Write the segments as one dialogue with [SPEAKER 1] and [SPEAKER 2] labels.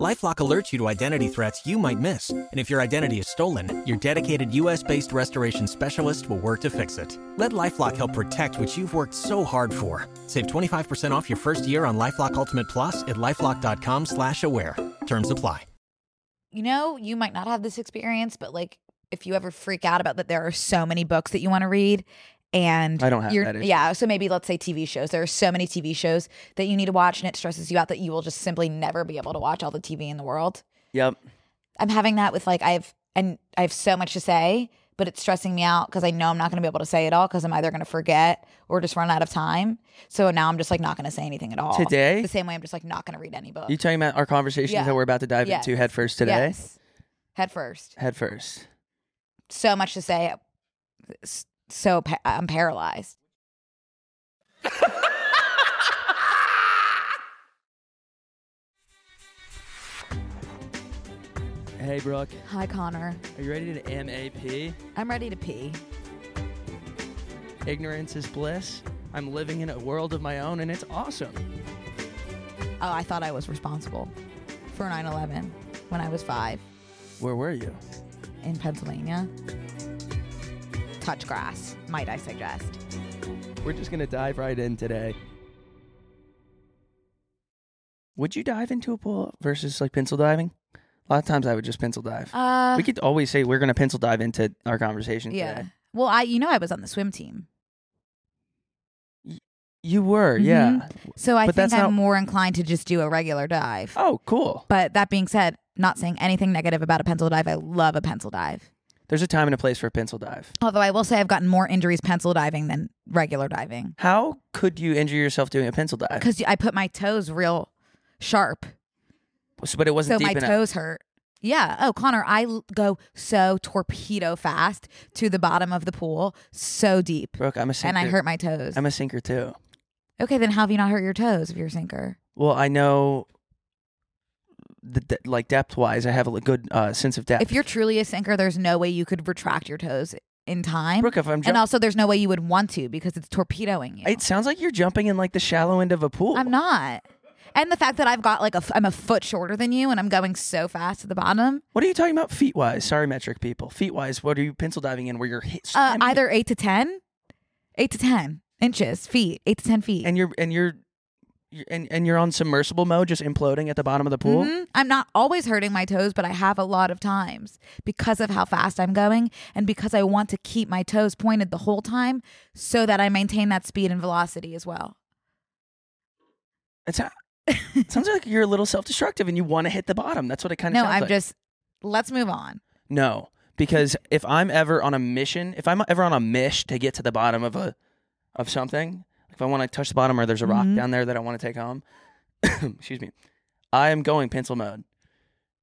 [SPEAKER 1] LifeLock alerts you to identity threats you might miss, and if your identity is stolen, your dedicated U.S.-based restoration specialist will work to fix it. Let LifeLock help protect what you've worked so hard for. Save 25% off your first year on LifeLock Ultimate Plus at lifeLock.com/slash-aware. Terms apply.
[SPEAKER 2] You know, you might not have this experience, but like if you ever freak out about that, there are so many books that you want to read. And
[SPEAKER 3] I don't have
[SPEAKER 2] you're,
[SPEAKER 3] that issue.
[SPEAKER 2] Yeah, so maybe let's say TV shows. There are so many TV shows that you need to watch, and it stresses you out that you will just simply never be able to watch all the TV in the world.
[SPEAKER 3] Yep.
[SPEAKER 2] I'm having that with like I've and I have so much to say, but it's stressing me out because I know I'm not going to be able to say it all because I'm either going to forget or just run out of time. So now I'm just like not going to say anything at all
[SPEAKER 3] Today?
[SPEAKER 2] The same way I'm just like not going to read any book.
[SPEAKER 3] You talking about our conversations
[SPEAKER 2] Yeah.
[SPEAKER 3] that we're about to dive
[SPEAKER 2] Yes.
[SPEAKER 3] into head first today?
[SPEAKER 2] Yes. Head first.
[SPEAKER 3] Head first.
[SPEAKER 2] So much to say. S- So pa- I'm paralyzed.
[SPEAKER 3] Hey, Brooke,
[SPEAKER 2] Hi Connor.
[SPEAKER 3] are you ready to MAP?
[SPEAKER 2] I'm ready to pee.
[SPEAKER 3] Ignorance is bliss. I'm living in a world of my own, and it's awesome.
[SPEAKER 2] Oh, I thought I was responsible for 9/11 when I was 5
[SPEAKER 3] Where were you?
[SPEAKER 2] in Pennsylvania. Touch grass, might I suggest.
[SPEAKER 3] We're just gonna dive right in today. Would you dive into a pool versus like pencil diving? A lot of times I would just pencil dive.
[SPEAKER 2] Uh
[SPEAKER 3] we could always say we're gonna pencil dive into our conversation
[SPEAKER 2] Yeah.
[SPEAKER 3] today.
[SPEAKER 2] Well, I you know I was on the swim team,
[SPEAKER 3] You were, yeah.
[SPEAKER 2] so I
[SPEAKER 3] But
[SPEAKER 2] think
[SPEAKER 3] that's
[SPEAKER 2] I'm
[SPEAKER 3] not-
[SPEAKER 2] more inclined to just do a regular dive.
[SPEAKER 3] Oh, cool.
[SPEAKER 2] But that being said, not saying anything negative about a pencil dive. I love a pencil dive.
[SPEAKER 3] There's a time and a place for a pencil dive.
[SPEAKER 2] Although I will say I've gotten more injuries pencil diving than regular diving
[SPEAKER 3] How could you injure yourself doing a pencil dive?
[SPEAKER 2] because I put my toes real sharp,
[SPEAKER 3] So- But it wasn't
[SPEAKER 2] so
[SPEAKER 3] deep
[SPEAKER 2] my
[SPEAKER 3] enough.
[SPEAKER 2] toes hurt. Yeah. Oh, Connor, I l- go so torpedo fast to the bottom of the pool, so deep,
[SPEAKER 3] Brooke, I'm a sinker.
[SPEAKER 2] and I hurt my toes.
[SPEAKER 3] I'm a sinker too.
[SPEAKER 2] okay, then how have you not hurt your toes if you're a sinker?
[SPEAKER 3] Well, I know, the de- like depth wise, I have a good uh, sense of depth.
[SPEAKER 2] If you're truly a sinker, there's no way you could retract your toes in time.
[SPEAKER 3] Brooke, if I'm
[SPEAKER 2] and
[SPEAKER 3] jumping,
[SPEAKER 2] also, there's no way you would want to because it's torpedoing you.
[SPEAKER 3] it sounds like you're jumping in like the shallow end of a pool.
[SPEAKER 2] I'm not. And the fact that I've got like a, f- I'm a foot shorter than you, and I'm going so fast to the bottom.
[SPEAKER 3] What are you talking about feet wise? Sorry, metric people. Feet wise, what are you pencil diving in where you're hit?
[SPEAKER 2] Uh,
[SPEAKER 3] slamming-
[SPEAKER 2] either eight to ten, eight to ten inches, feet, eight to ten feet.
[SPEAKER 3] and you're and you're, you're and, and you're on submersible mode, just imploding at the bottom of the pool.
[SPEAKER 2] Mhm. I'm not always hurting my toes, but I have a lot of times because of how fast I'm going, and because I want to keep my toes pointed the whole time, so that I maintain that speed and velocity as well. Mm-hmm.
[SPEAKER 3] It's a- it sounds like you're a little self destructive and you want to hit the bottom. That's what it kind
[SPEAKER 2] No,
[SPEAKER 3] of sounds
[SPEAKER 2] I'm
[SPEAKER 3] like.
[SPEAKER 2] just. Let's move on.
[SPEAKER 3] No, because if I'm ever on a mission, if I'm ever on a mish to get to the bottom of a of something, if I want to touch the bottom or there's a rock
[SPEAKER 2] Mhm.
[SPEAKER 3] down there that I want to take home, excuse me, I am going pencil mode.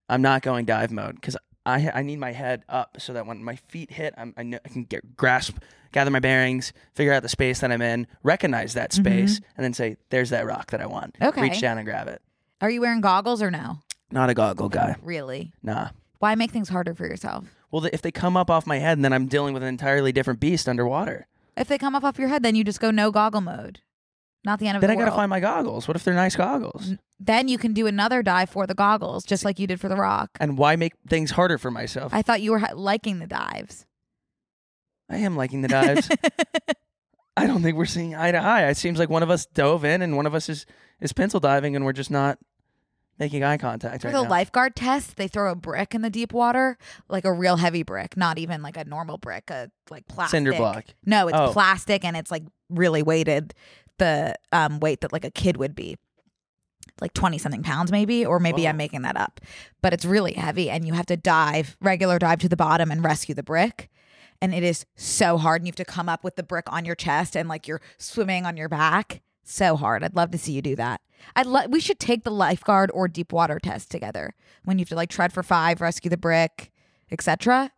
[SPEAKER 3] I'm not going dive mode because I I need my head up so that when my feet hit, I'm, I know I can get grasp, gather my bearings, figure out the space that I'm in, recognize that space, and then say, "There's that rock that I want."
[SPEAKER 2] Okay.
[SPEAKER 3] reach down and grab it.
[SPEAKER 2] Are you wearing goggles or no?
[SPEAKER 3] Not a goggle guy.
[SPEAKER 2] Really?
[SPEAKER 3] Nah.
[SPEAKER 2] Why make things harder for yourself?
[SPEAKER 3] Well, th- if they come up off my head, then I'm dealing with an entirely different beast underwater.
[SPEAKER 2] If they come up off your head, then you just go no goggle mode. Not the end of
[SPEAKER 3] Then
[SPEAKER 2] the
[SPEAKER 3] I gotta
[SPEAKER 2] world.
[SPEAKER 3] find my goggles. What if they're nice goggles?
[SPEAKER 2] then you can do another dive for the goggles, just like you did for the rock.
[SPEAKER 3] And why make things harder for myself? I,
[SPEAKER 2] I thought you were ha- liking the dives.
[SPEAKER 3] am liking the dives. I don't think we're seeing eye to eye. It seems like one of us dove in and one of us is is pencil diving, and we're just not making eye contact
[SPEAKER 2] For
[SPEAKER 3] right
[SPEAKER 2] the
[SPEAKER 3] now.
[SPEAKER 2] lifeguard test, they throw a brick in the deep water, like a real heavy brick, not even like a normal brick, a like plastic
[SPEAKER 3] Cinder block.
[SPEAKER 2] No, it's
[SPEAKER 3] Oh.
[SPEAKER 2] plastic and it's like really weighted, the um weight that like a kid would be, like twenty something pounds maybe, or maybe I'm
[SPEAKER 3] Whoa.
[SPEAKER 2] making that up, but it's really heavy and you have to dive regular dive to the bottom and rescue the brick. And it is so hard, and you have to come up with the brick on your chest and like you're swimming on your back. So hard. I'd love to see you do that. I'd lo- we should take the lifeguard or deep water test together when you have to like tread for five, rescue the brick, etc.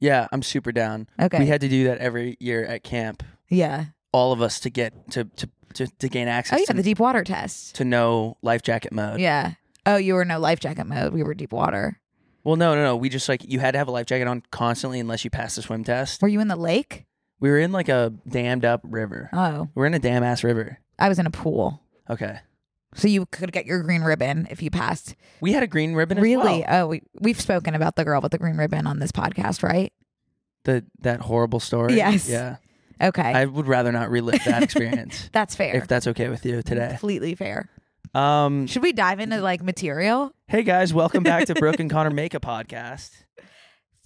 [SPEAKER 3] Yeah, I'm super down.
[SPEAKER 2] Okay.
[SPEAKER 3] We had to do that every year at camp.
[SPEAKER 2] yeah.
[SPEAKER 3] All of us to get to to to, to gain access
[SPEAKER 2] Oh yeah,
[SPEAKER 3] to,
[SPEAKER 2] the deep water test.
[SPEAKER 3] to no life jacket mode.
[SPEAKER 2] Yeah. Oh, you were no life jacket mode. We were deep water.
[SPEAKER 3] Well, no, no, no. We just like you had to have a life jacket on constantly unless you passed the swim test.
[SPEAKER 2] Were you in the lake?
[SPEAKER 3] We were in like a dammed up river.
[SPEAKER 2] Oh,
[SPEAKER 3] We're in a damn ass river.
[SPEAKER 2] I was in a pool.
[SPEAKER 3] Okay.
[SPEAKER 2] So you could get your green ribbon if you passed.
[SPEAKER 3] We had a green ribbon. as
[SPEAKER 2] Really?
[SPEAKER 3] well.
[SPEAKER 2] Oh, we, we've spoken about the girl with the green ribbon on this podcast, right?
[SPEAKER 3] The that horrible story.
[SPEAKER 2] Yes.
[SPEAKER 3] Yeah.
[SPEAKER 2] Okay.
[SPEAKER 3] I would rather not relive that experience.
[SPEAKER 2] That's fair.
[SPEAKER 3] if that's okay with you today.
[SPEAKER 2] Completely fair.
[SPEAKER 3] Um.
[SPEAKER 2] Should we dive into like material?
[SPEAKER 3] Hey guys, welcome back to Brooke and Connor Make a Podcast.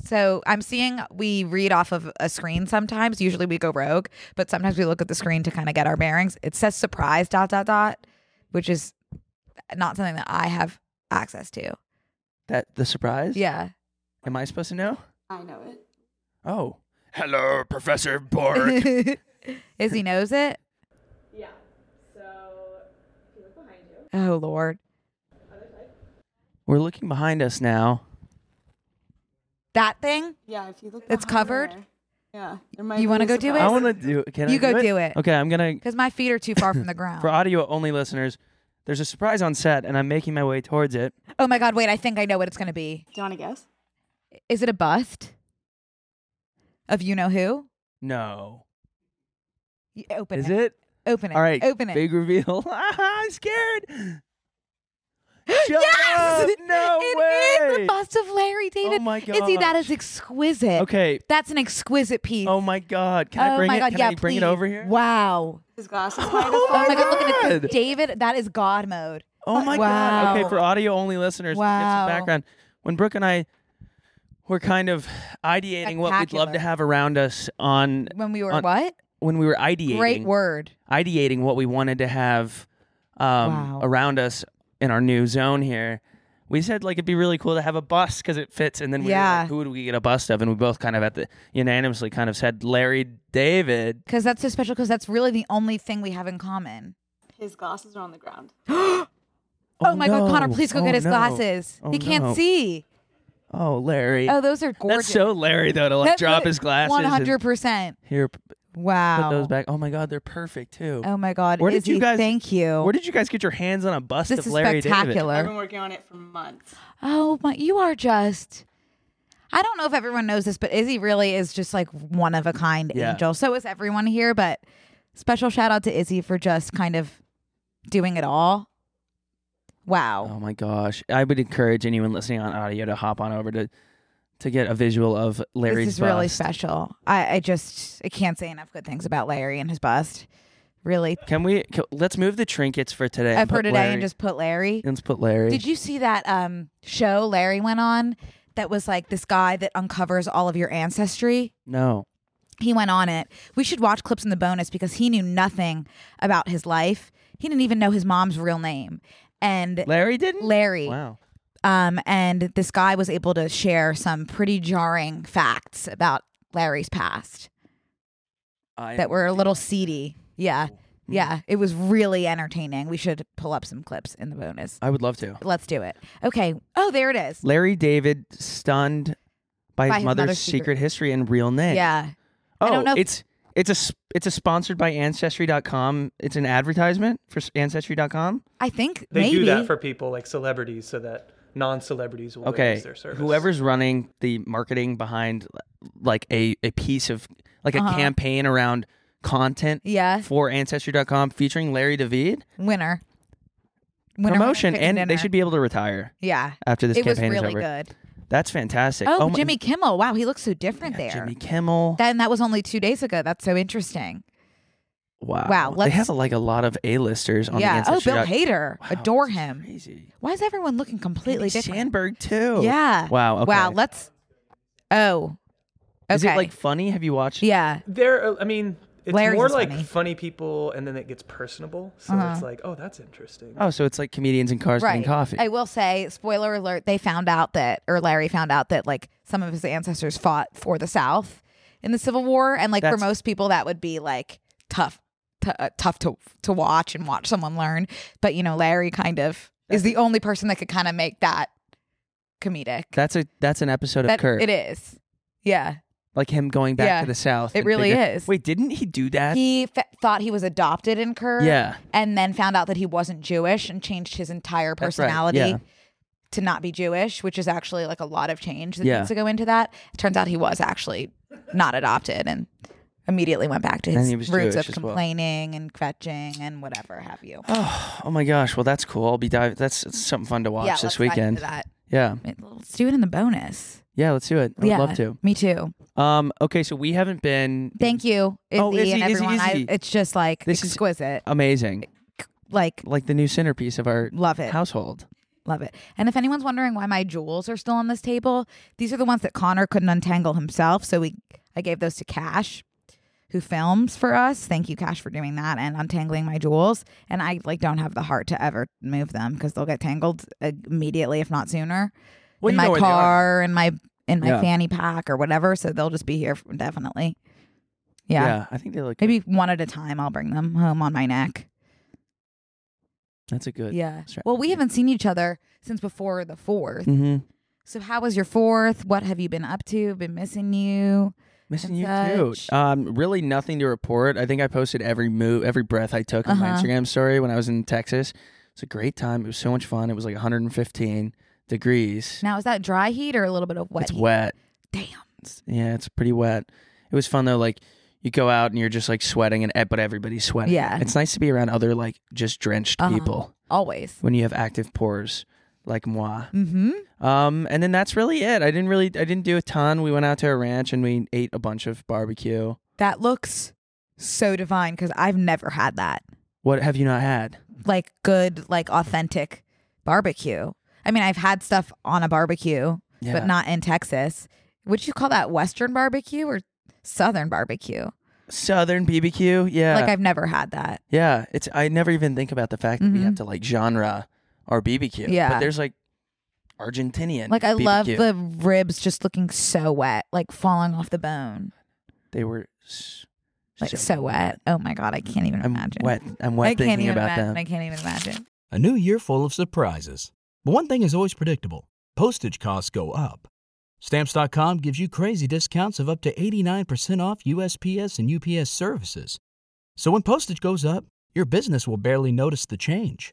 [SPEAKER 2] So I'm seeing we read off of a screen sometimes. Usually we go rogue, but sometimes we look at the screen to kind of get our bearings. It says surprise dot dot dot, which is not something that I have access to.
[SPEAKER 3] That the surprise.
[SPEAKER 2] Yeah.
[SPEAKER 3] Am I supposed to know?
[SPEAKER 4] I know it.
[SPEAKER 3] Oh. Hello, Professor Bork.
[SPEAKER 2] Is he knows it?
[SPEAKER 4] Yeah. So if you look behind you,
[SPEAKER 2] Oh Lord.
[SPEAKER 4] other side.
[SPEAKER 3] We're looking behind us now.
[SPEAKER 2] That thing?
[SPEAKER 4] Yeah, if you look.
[SPEAKER 2] It's
[SPEAKER 4] behind
[SPEAKER 2] covered?
[SPEAKER 4] there, yeah. There might
[SPEAKER 2] You
[SPEAKER 4] be
[SPEAKER 2] wanna
[SPEAKER 4] a
[SPEAKER 2] go do it?
[SPEAKER 4] surprise.
[SPEAKER 3] I want to do. Can I
[SPEAKER 2] You go
[SPEAKER 3] do it?
[SPEAKER 2] do it.
[SPEAKER 3] Okay, I'm gonna
[SPEAKER 2] Because my feet are too far from the
[SPEAKER 3] for
[SPEAKER 2] ground.
[SPEAKER 3] audio only listeners. There's a surprise on set, and I'm making my way towards it.
[SPEAKER 2] Oh my god, wait, I think I know what it's gonna be.
[SPEAKER 4] Do you want to guess?
[SPEAKER 2] Is it a bust? Of you know who?
[SPEAKER 3] No.
[SPEAKER 2] You open
[SPEAKER 3] Is
[SPEAKER 2] it.
[SPEAKER 3] it?
[SPEAKER 2] Open it.
[SPEAKER 3] All right.
[SPEAKER 2] Open it.
[SPEAKER 3] Big reveal. I'm scared. Shut
[SPEAKER 2] yes!
[SPEAKER 3] up! No
[SPEAKER 2] It is
[SPEAKER 3] way!
[SPEAKER 2] the bust of Larry David.
[SPEAKER 3] Oh my god.
[SPEAKER 2] Izzy, that is exquisite.
[SPEAKER 3] Okay.
[SPEAKER 2] That's an exquisite piece.
[SPEAKER 3] Oh my god. Can
[SPEAKER 2] Oh
[SPEAKER 3] I bring
[SPEAKER 2] my
[SPEAKER 3] it?
[SPEAKER 2] God,
[SPEAKER 3] Can
[SPEAKER 2] yeah,
[SPEAKER 3] I bring
[SPEAKER 2] please.
[SPEAKER 3] it over here?
[SPEAKER 2] Wow.
[SPEAKER 4] His glasses might have
[SPEAKER 3] Oh
[SPEAKER 2] Oh
[SPEAKER 4] fallen.
[SPEAKER 2] my god, look at
[SPEAKER 3] God.
[SPEAKER 2] it. David, that is God mode.
[SPEAKER 3] Oh my god.
[SPEAKER 2] Wow.
[SPEAKER 3] Okay, for audio only listeners, to give
[SPEAKER 2] Wow.
[SPEAKER 3] some background. When Brooke and I were kind of ideating what we'd love
[SPEAKER 2] Spectacular.
[SPEAKER 3] to have around us on
[SPEAKER 2] When we were
[SPEAKER 3] On-
[SPEAKER 2] what?
[SPEAKER 3] when we were ideating
[SPEAKER 2] Great word.
[SPEAKER 3] ideating what we wanted to have um,
[SPEAKER 2] Wow.
[SPEAKER 3] around us in our new zone here. We said like it'd be really cool to have a bust because it fits, and then we were like,
[SPEAKER 2] Yeah.
[SPEAKER 3] who would we get a bust of? And we both kind of at the unanimously kind of said Larry David.
[SPEAKER 2] Because that's so special because that's really the only thing we have in common.
[SPEAKER 4] His glasses are on the ground.
[SPEAKER 2] Oh, my god, Connor,
[SPEAKER 3] no.
[SPEAKER 2] please go
[SPEAKER 3] Oh,
[SPEAKER 2] get his
[SPEAKER 3] no.
[SPEAKER 2] glasses.
[SPEAKER 3] Oh,
[SPEAKER 2] he can't
[SPEAKER 3] no.
[SPEAKER 2] see.
[SPEAKER 3] Oh Larry,
[SPEAKER 2] Oh, those are
[SPEAKER 3] that's
[SPEAKER 2] gorgeous.
[SPEAKER 3] so Larry though to like
[SPEAKER 2] That-
[SPEAKER 3] drop his glasses.
[SPEAKER 2] One
[SPEAKER 3] and-
[SPEAKER 2] hundred percent.
[SPEAKER 3] Here, p- put
[SPEAKER 2] Wow.
[SPEAKER 3] those back. Oh my god, they're perfect too.
[SPEAKER 2] Oh my God.
[SPEAKER 3] Where did
[SPEAKER 2] Izzy,
[SPEAKER 3] you guys-
[SPEAKER 2] Thank you.
[SPEAKER 3] Where did you guys get your hands on a bust
[SPEAKER 2] Oh. this
[SPEAKER 3] of
[SPEAKER 2] is
[SPEAKER 3] Larry David?
[SPEAKER 2] spectacular.
[SPEAKER 4] I've been working on it for months.
[SPEAKER 2] Oh my, you are just. I don't know if everyone knows this, but Izzy really is just like one of a kind
[SPEAKER 3] Yeah.
[SPEAKER 2] angel. So is everyone here, but special shout out to Izzy for just kind of doing it all. Wow.
[SPEAKER 3] Oh my gosh. I would encourage anyone listening on audio to hop on over to to get a visual of Larry's
[SPEAKER 2] this is really
[SPEAKER 3] bust.
[SPEAKER 2] special. I, I just I can't say enough good things about Larry and his bust. Really.
[SPEAKER 3] Can we c let's move the trinkets for today?
[SPEAKER 2] Uh,
[SPEAKER 3] and
[SPEAKER 2] for
[SPEAKER 3] put
[SPEAKER 2] today
[SPEAKER 3] Larry-
[SPEAKER 2] and just put Larry.
[SPEAKER 3] let's put Larry.
[SPEAKER 2] Did you see that um show Larry went on that was like this guy that uncovers all of your ancestry?
[SPEAKER 3] No.
[SPEAKER 2] he went on it. We should watch clips in the bonus because he knew nothing about his life. He didn't even know his mom's real name. And
[SPEAKER 3] Larry didn't?
[SPEAKER 2] Larry,
[SPEAKER 3] Wow.
[SPEAKER 2] um, and this guy was able to share some pretty jarring facts about Larry's past
[SPEAKER 3] I Hmm.
[SPEAKER 2] that were a little seedy. Yeah.
[SPEAKER 3] Mm-hmm.
[SPEAKER 2] Yeah. It was really entertaining. We should pull up some clips in the bonus.
[SPEAKER 3] I would love to.
[SPEAKER 2] Let's do it. Okay. Oh, there it is.
[SPEAKER 3] Larry David stunned
[SPEAKER 2] By
[SPEAKER 3] by, his
[SPEAKER 2] his
[SPEAKER 3] mother's,
[SPEAKER 2] mother's
[SPEAKER 3] secret,
[SPEAKER 2] secret-
[SPEAKER 3] history and real name.
[SPEAKER 2] Yeah.
[SPEAKER 3] Oh,
[SPEAKER 2] I don't know if-
[SPEAKER 3] it's it's a s- it's a sponsored by ancestry.com. It's an advertisement for s- ancestry.com.
[SPEAKER 2] I think
[SPEAKER 5] They
[SPEAKER 2] maybe
[SPEAKER 5] do that for people like celebrities so that non-celebrities will
[SPEAKER 3] okay
[SPEAKER 5] use their service.
[SPEAKER 3] whoever's running the marketing behind like a, a piece of like a
[SPEAKER 2] Uh-huh.
[SPEAKER 3] campaign around content
[SPEAKER 2] Yeah.
[SPEAKER 3] for ancestry.com featuring larry david
[SPEAKER 2] winner. winner
[SPEAKER 3] promotion
[SPEAKER 2] chicken
[SPEAKER 3] and they
[SPEAKER 2] dinner.
[SPEAKER 3] should be able to retire
[SPEAKER 2] Yeah.
[SPEAKER 3] after this
[SPEAKER 2] it was
[SPEAKER 3] campaign
[SPEAKER 2] really
[SPEAKER 3] is over
[SPEAKER 2] good.
[SPEAKER 3] that's fantastic
[SPEAKER 2] Oh,
[SPEAKER 3] my-
[SPEAKER 2] Jimmy Kimmel. Wow, he looks so different there.
[SPEAKER 3] jimmy kimmel
[SPEAKER 2] Then that was only two days ago. That's so interesting.
[SPEAKER 3] wow
[SPEAKER 2] wow,
[SPEAKER 3] they
[SPEAKER 2] let's-
[SPEAKER 3] have like a lot of a-listers on
[SPEAKER 2] yeah.
[SPEAKER 3] the
[SPEAKER 2] Oh,
[SPEAKER 3] ancestry
[SPEAKER 2] Bill Hader.
[SPEAKER 3] Wow,
[SPEAKER 2] Adore
[SPEAKER 3] that's
[SPEAKER 2] him.
[SPEAKER 3] crazy
[SPEAKER 2] Why is everyone looking completely
[SPEAKER 3] Andy
[SPEAKER 2] different?
[SPEAKER 3] sandberg too
[SPEAKER 2] Yeah.
[SPEAKER 3] wow okay.
[SPEAKER 2] Wow. Let's. Oh. Okay.
[SPEAKER 3] is it like funny have you watched
[SPEAKER 2] Yeah.
[SPEAKER 5] there, I mean, it's
[SPEAKER 2] Larry's
[SPEAKER 5] more
[SPEAKER 2] is
[SPEAKER 5] like
[SPEAKER 2] funny.
[SPEAKER 5] funny. people, and then it gets personable. So it's like, oh, that's interesting.
[SPEAKER 3] oh so it's like comedians in cars
[SPEAKER 2] Right.
[SPEAKER 3] getting coffee
[SPEAKER 2] I will say, spoiler alert: they found out that, or Larry found out that, like some of his ancestors fought for the South in the Civil War, and like
[SPEAKER 3] That's-
[SPEAKER 2] for most people, that would be like tough, t- uh, tough to to watch and watch someone learn. But you know, Larry kind of is the only person that could kind of make that comedic.
[SPEAKER 3] that's a that's an episode of
[SPEAKER 2] That
[SPEAKER 3] Curb.
[SPEAKER 2] it is, yeah.
[SPEAKER 3] like him going back
[SPEAKER 2] Yeah,
[SPEAKER 3] to the south.
[SPEAKER 2] it
[SPEAKER 3] and
[SPEAKER 2] really
[SPEAKER 3] figure-
[SPEAKER 2] is.
[SPEAKER 3] Wait, didn't he do that?
[SPEAKER 2] He f- thought he was adopted in Kerr.
[SPEAKER 3] Yeah.
[SPEAKER 2] And then found out that he wasn't Jewish and changed his entire
[SPEAKER 3] That's right,
[SPEAKER 2] personality
[SPEAKER 3] yeah.
[SPEAKER 2] to not be Jewish, which is actually like a lot of change that
[SPEAKER 3] Yeah.
[SPEAKER 2] needs to go into that. turns out he was actually not adopted and immediately went back to
[SPEAKER 3] And
[SPEAKER 2] his
[SPEAKER 3] he was
[SPEAKER 2] roots
[SPEAKER 3] Jewish
[SPEAKER 2] of
[SPEAKER 3] as well.
[SPEAKER 2] complaining and fetching and whatever have you.
[SPEAKER 3] oh my gosh. Well, that's cool. I'll be diving. That's it's something fun to watch
[SPEAKER 2] yeah, let's
[SPEAKER 3] this
[SPEAKER 2] dive into
[SPEAKER 3] weekend.
[SPEAKER 2] that.
[SPEAKER 3] Yeah.
[SPEAKER 2] Wait, Let's do it in the bonus.
[SPEAKER 3] Yeah. Let's do it. I would
[SPEAKER 2] yeah,
[SPEAKER 3] love to.
[SPEAKER 2] Me too.
[SPEAKER 3] Um. Okay. So we haven't been.
[SPEAKER 2] Thank you, Izzy
[SPEAKER 3] Oh, Izzy,
[SPEAKER 2] and
[SPEAKER 3] Izzy,
[SPEAKER 2] everyone.
[SPEAKER 3] Izzy.
[SPEAKER 2] I, it's just like
[SPEAKER 3] This is-
[SPEAKER 2] exquisite.
[SPEAKER 3] Amazing.
[SPEAKER 2] like
[SPEAKER 3] Like the new centerpiece of our
[SPEAKER 2] Love it.
[SPEAKER 3] household.
[SPEAKER 2] Love it. And if anyone's wondering why my jewels are still on this table, these are the ones that Connor couldn't untangle himself. So we I gave those to Cash, who films for us. Thank you, Cash, for doing that and untangling my jewels. And I like don't have the heart to ever move them because they'll get tangled uh, immediately, if not sooner.
[SPEAKER 3] Well,
[SPEAKER 2] in
[SPEAKER 3] you know
[SPEAKER 2] my
[SPEAKER 3] where they are.
[SPEAKER 2] car, in my in my
[SPEAKER 3] Yeah.
[SPEAKER 2] fanny pack or whatever. So they'll just be here for, definitely. Yeah.
[SPEAKER 3] I think they look.
[SPEAKER 2] Maybe one at a time I'll bring them home on my neck.
[SPEAKER 3] that's a good.
[SPEAKER 2] Yeah.
[SPEAKER 3] strat-
[SPEAKER 2] Well, we haven't seen each other since before the fourth.
[SPEAKER 3] Mm-hmm.
[SPEAKER 2] So how was your fourth? What have you been up to? Been missing you?
[SPEAKER 3] Missing
[SPEAKER 2] and
[SPEAKER 3] you too.
[SPEAKER 2] such.
[SPEAKER 3] Um, really nothing to report. I think I posted every move, every breath I took on my
[SPEAKER 2] Uh-huh.
[SPEAKER 3] Instagram story when I was in Texas. It's a great time. It was so much fun. It was like 115 degrees.
[SPEAKER 2] Now is that dry heat or a little bit of wet?
[SPEAKER 3] it's
[SPEAKER 2] heat?
[SPEAKER 3] wet.
[SPEAKER 2] Damn.
[SPEAKER 3] It's- yeah, it's pretty wet. It was fun though. Like you go out and you're just like sweating, and eh, but everybody's sweating.
[SPEAKER 2] Yeah.
[SPEAKER 3] it's nice to be around other like just drenched
[SPEAKER 2] Uh-huh.
[SPEAKER 3] people
[SPEAKER 2] Always.
[SPEAKER 3] when you have active pores like moi.
[SPEAKER 2] Mm-hmm.
[SPEAKER 3] Um, and then that's really it. I didn't really, I didn't do a ton. We went out to a ranch and we ate a bunch of barbecue.
[SPEAKER 2] That looks so divine because I've never had that.
[SPEAKER 3] What have you not had?
[SPEAKER 2] Like good, like authentic barbecue. I mean, I've had stuff on a barbecue,
[SPEAKER 3] Yeah.
[SPEAKER 2] but not in Texas. Would you call that Western barbecue or Southern barbecue?
[SPEAKER 3] Southern BBQ. Yeah.
[SPEAKER 2] Like I've never had that.
[SPEAKER 3] yeah. It's, I never even think about the fact that we
[SPEAKER 2] Mhm.
[SPEAKER 3] have to like genre our BBQ. But
[SPEAKER 2] Yeah.
[SPEAKER 3] there's like Argentinian.
[SPEAKER 2] Like I love
[SPEAKER 3] BBQ.
[SPEAKER 2] the ribs just looking so wet, like falling off the bone.
[SPEAKER 3] They were s-
[SPEAKER 2] like so, wet. Oh my god, I can't even
[SPEAKER 3] I'm
[SPEAKER 2] imagine.
[SPEAKER 3] wet. I'm wet
[SPEAKER 2] I can't
[SPEAKER 3] thinking
[SPEAKER 2] even
[SPEAKER 3] about
[SPEAKER 2] imagine.
[SPEAKER 3] them.
[SPEAKER 2] I can't even imagine.
[SPEAKER 6] A new year full of surprises. But one thing is always predictable postage costs go up. Stamps.com gives you crazy discounts of up to 89% off USPS and UPS services. So when postage goes up, your business will barely notice the change.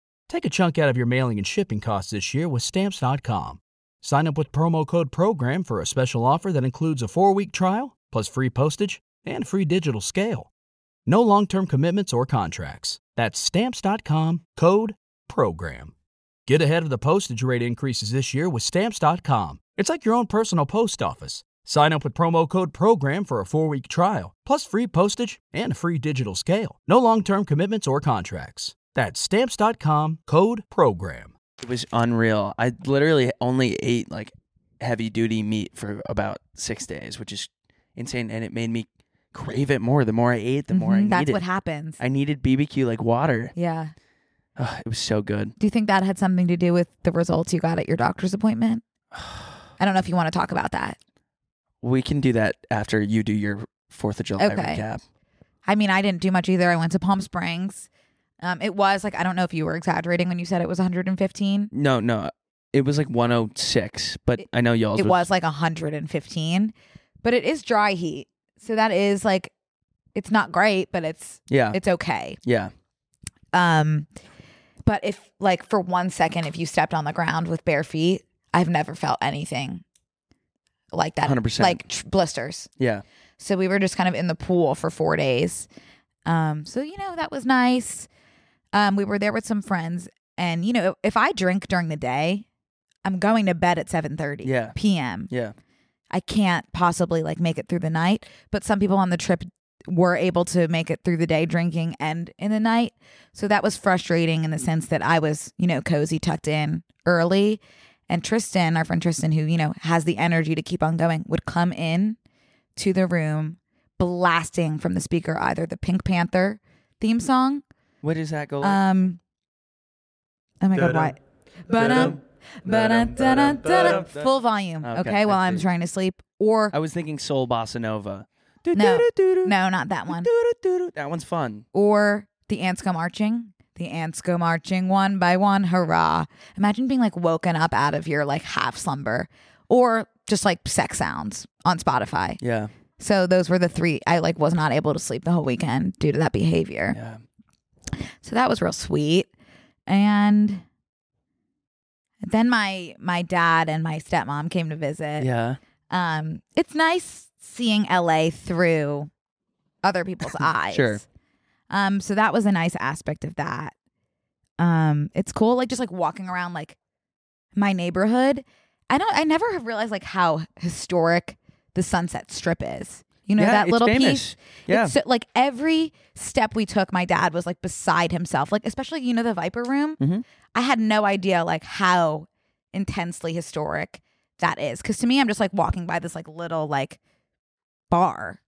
[SPEAKER 6] Take a chunk out of your mailing and shipping costs this year with Stamps.com. Sign up with promo code PROGRAM for a special offer that includes a four week trial, plus free postage, and free digital scale. No long term commitments or contracts. That's stamps.com code PROGRAM. Get ahead of the postage rate increases this year with stamps.com. It's like your own personal post office. Sign up with promo code PROGRAM for a four week trial, plus free postage and a free digital scale. No long term commitments or contracts. That's stamps.com code PROGRAM.
[SPEAKER 3] It was unreal. I literally only ate like heavy duty meat for about six days, which is insane. And it made me crave it more. The more I ate, the more I
[SPEAKER 2] Mhm,
[SPEAKER 3] needed.
[SPEAKER 2] That's what happens.
[SPEAKER 3] I needed BBQ like water.
[SPEAKER 2] yeah.
[SPEAKER 3] Ugh, it was so good.
[SPEAKER 2] Do you think that had something to do with the results you got at your doctor's appointment? I don't know if you want to talk about that.
[SPEAKER 3] We can do that after you do your Fourth of July
[SPEAKER 2] Okay.
[SPEAKER 3] recap.
[SPEAKER 2] I mean, I didn't do much either. I went to Palm Springs. Um, it was like I don't know if you were exaggerating when you said it was 115.
[SPEAKER 3] No, no, it was like 106, but
[SPEAKER 2] It-
[SPEAKER 3] I know y'all.
[SPEAKER 2] It was like 115, but it is dry heat, so that is like it's not great, but it's
[SPEAKER 3] yeah,
[SPEAKER 2] it's okay.
[SPEAKER 3] yeah,
[SPEAKER 2] Um, but if like for one second, if you stepped on the ground with bare feet, I've never felt anything like that.
[SPEAKER 3] 100%.
[SPEAKER 2] Like tr- blisters.
[SPEAKER 3] yeah.
[SPEAKER 2] So we were just kind of in the pool for four days. Um, so you know that was nice. Um, we were there with some friends, and you know if I drink during the day, I'm going to bed at 7:30
[SPEAKER 3] Yeah.
[SPEAKER 2] p.m.
[SPEAKER 3] Yeah.
[SPEAKER 2] I can't possibly like make it through the night. But some people on the trip were able to make it through the day drinking and in the night. So that was frustrating in the sense that I was, you know, cozy tucked in early. And Tristan, our friend Tristan, who, you know, has the energy to keep on going, would come in to the room, blasting from the speaker either the Pink Panther theme song.
[SPEAKER 3] What does that go like?
[SPEAKER 2] Um, oh my God,
[SPEAKER 5] Da-dum.
[SPEAKER 2] why? Ba-dum, ba-dum,
[SPEAKER 5] Ba-dum, ba-dum,
[SPEAKER 2] da-dum, da-dum.
[SPEAKER 5] ba-dum.
[SPEAKER 2] Full volume,
[SPEAKER 3] Okay,
[SPEAKER 2] okay,
[SPEAKER 3] I
[SPEAKER 2] while I'm
[SPEAKER 3] see.
[SPEAKER 2] trying to sleep. Or,
[SPEAKER 3] I was thinking soul bossa nova.
[SPEAKER 2] No. no, not that one.
[SPEAKER 3] That one's fun.
[SPEAKER 2] Or the ants go marching. The ants go marching one by one, hurrah. Imagine being like woken up out of your like half slumber. Or just like sex sounds on Spotify.
[SPEAKER 3] Yeah.
[SPEAKER 2] So those were the three. I like was not able to sleep the whole weekend due to that behavior.
[SPEAKER 3] Yeah.
[SPEAKER 2] So that was real sweet. And then my my dad and my stepmom came to visit.
[SPEAKER 3] Yeah.
[SPEAKER 2] Um it's nice seeing LA through other people's eyes.
[SPEAKER 3] Sure.
[SPEAKER 2] Um so that was a nice aspect of that. Um it's cool like just like walking around like my neighborhood. I don't I never have realized like how historic the Sunset Strip is. You know
[SPEAKER 3] yeah,
[SPEAKER 2] that
[SPEAKER 3] it's
[SPEAKER 2] little
[SPEAKER 3] famous.
[SPEAKER 2] piece
[SPEAKER 3] Yeah.
[SPEAKER 2] it's so, like every step we took, my dad was like beside himself. Like especially you know the Viper Room.
[SPEAKER 3] Mhm.
[SPEAKER 2] I had no idea like how intensely historic that is because to me, I'm just like walking by this like little like bar.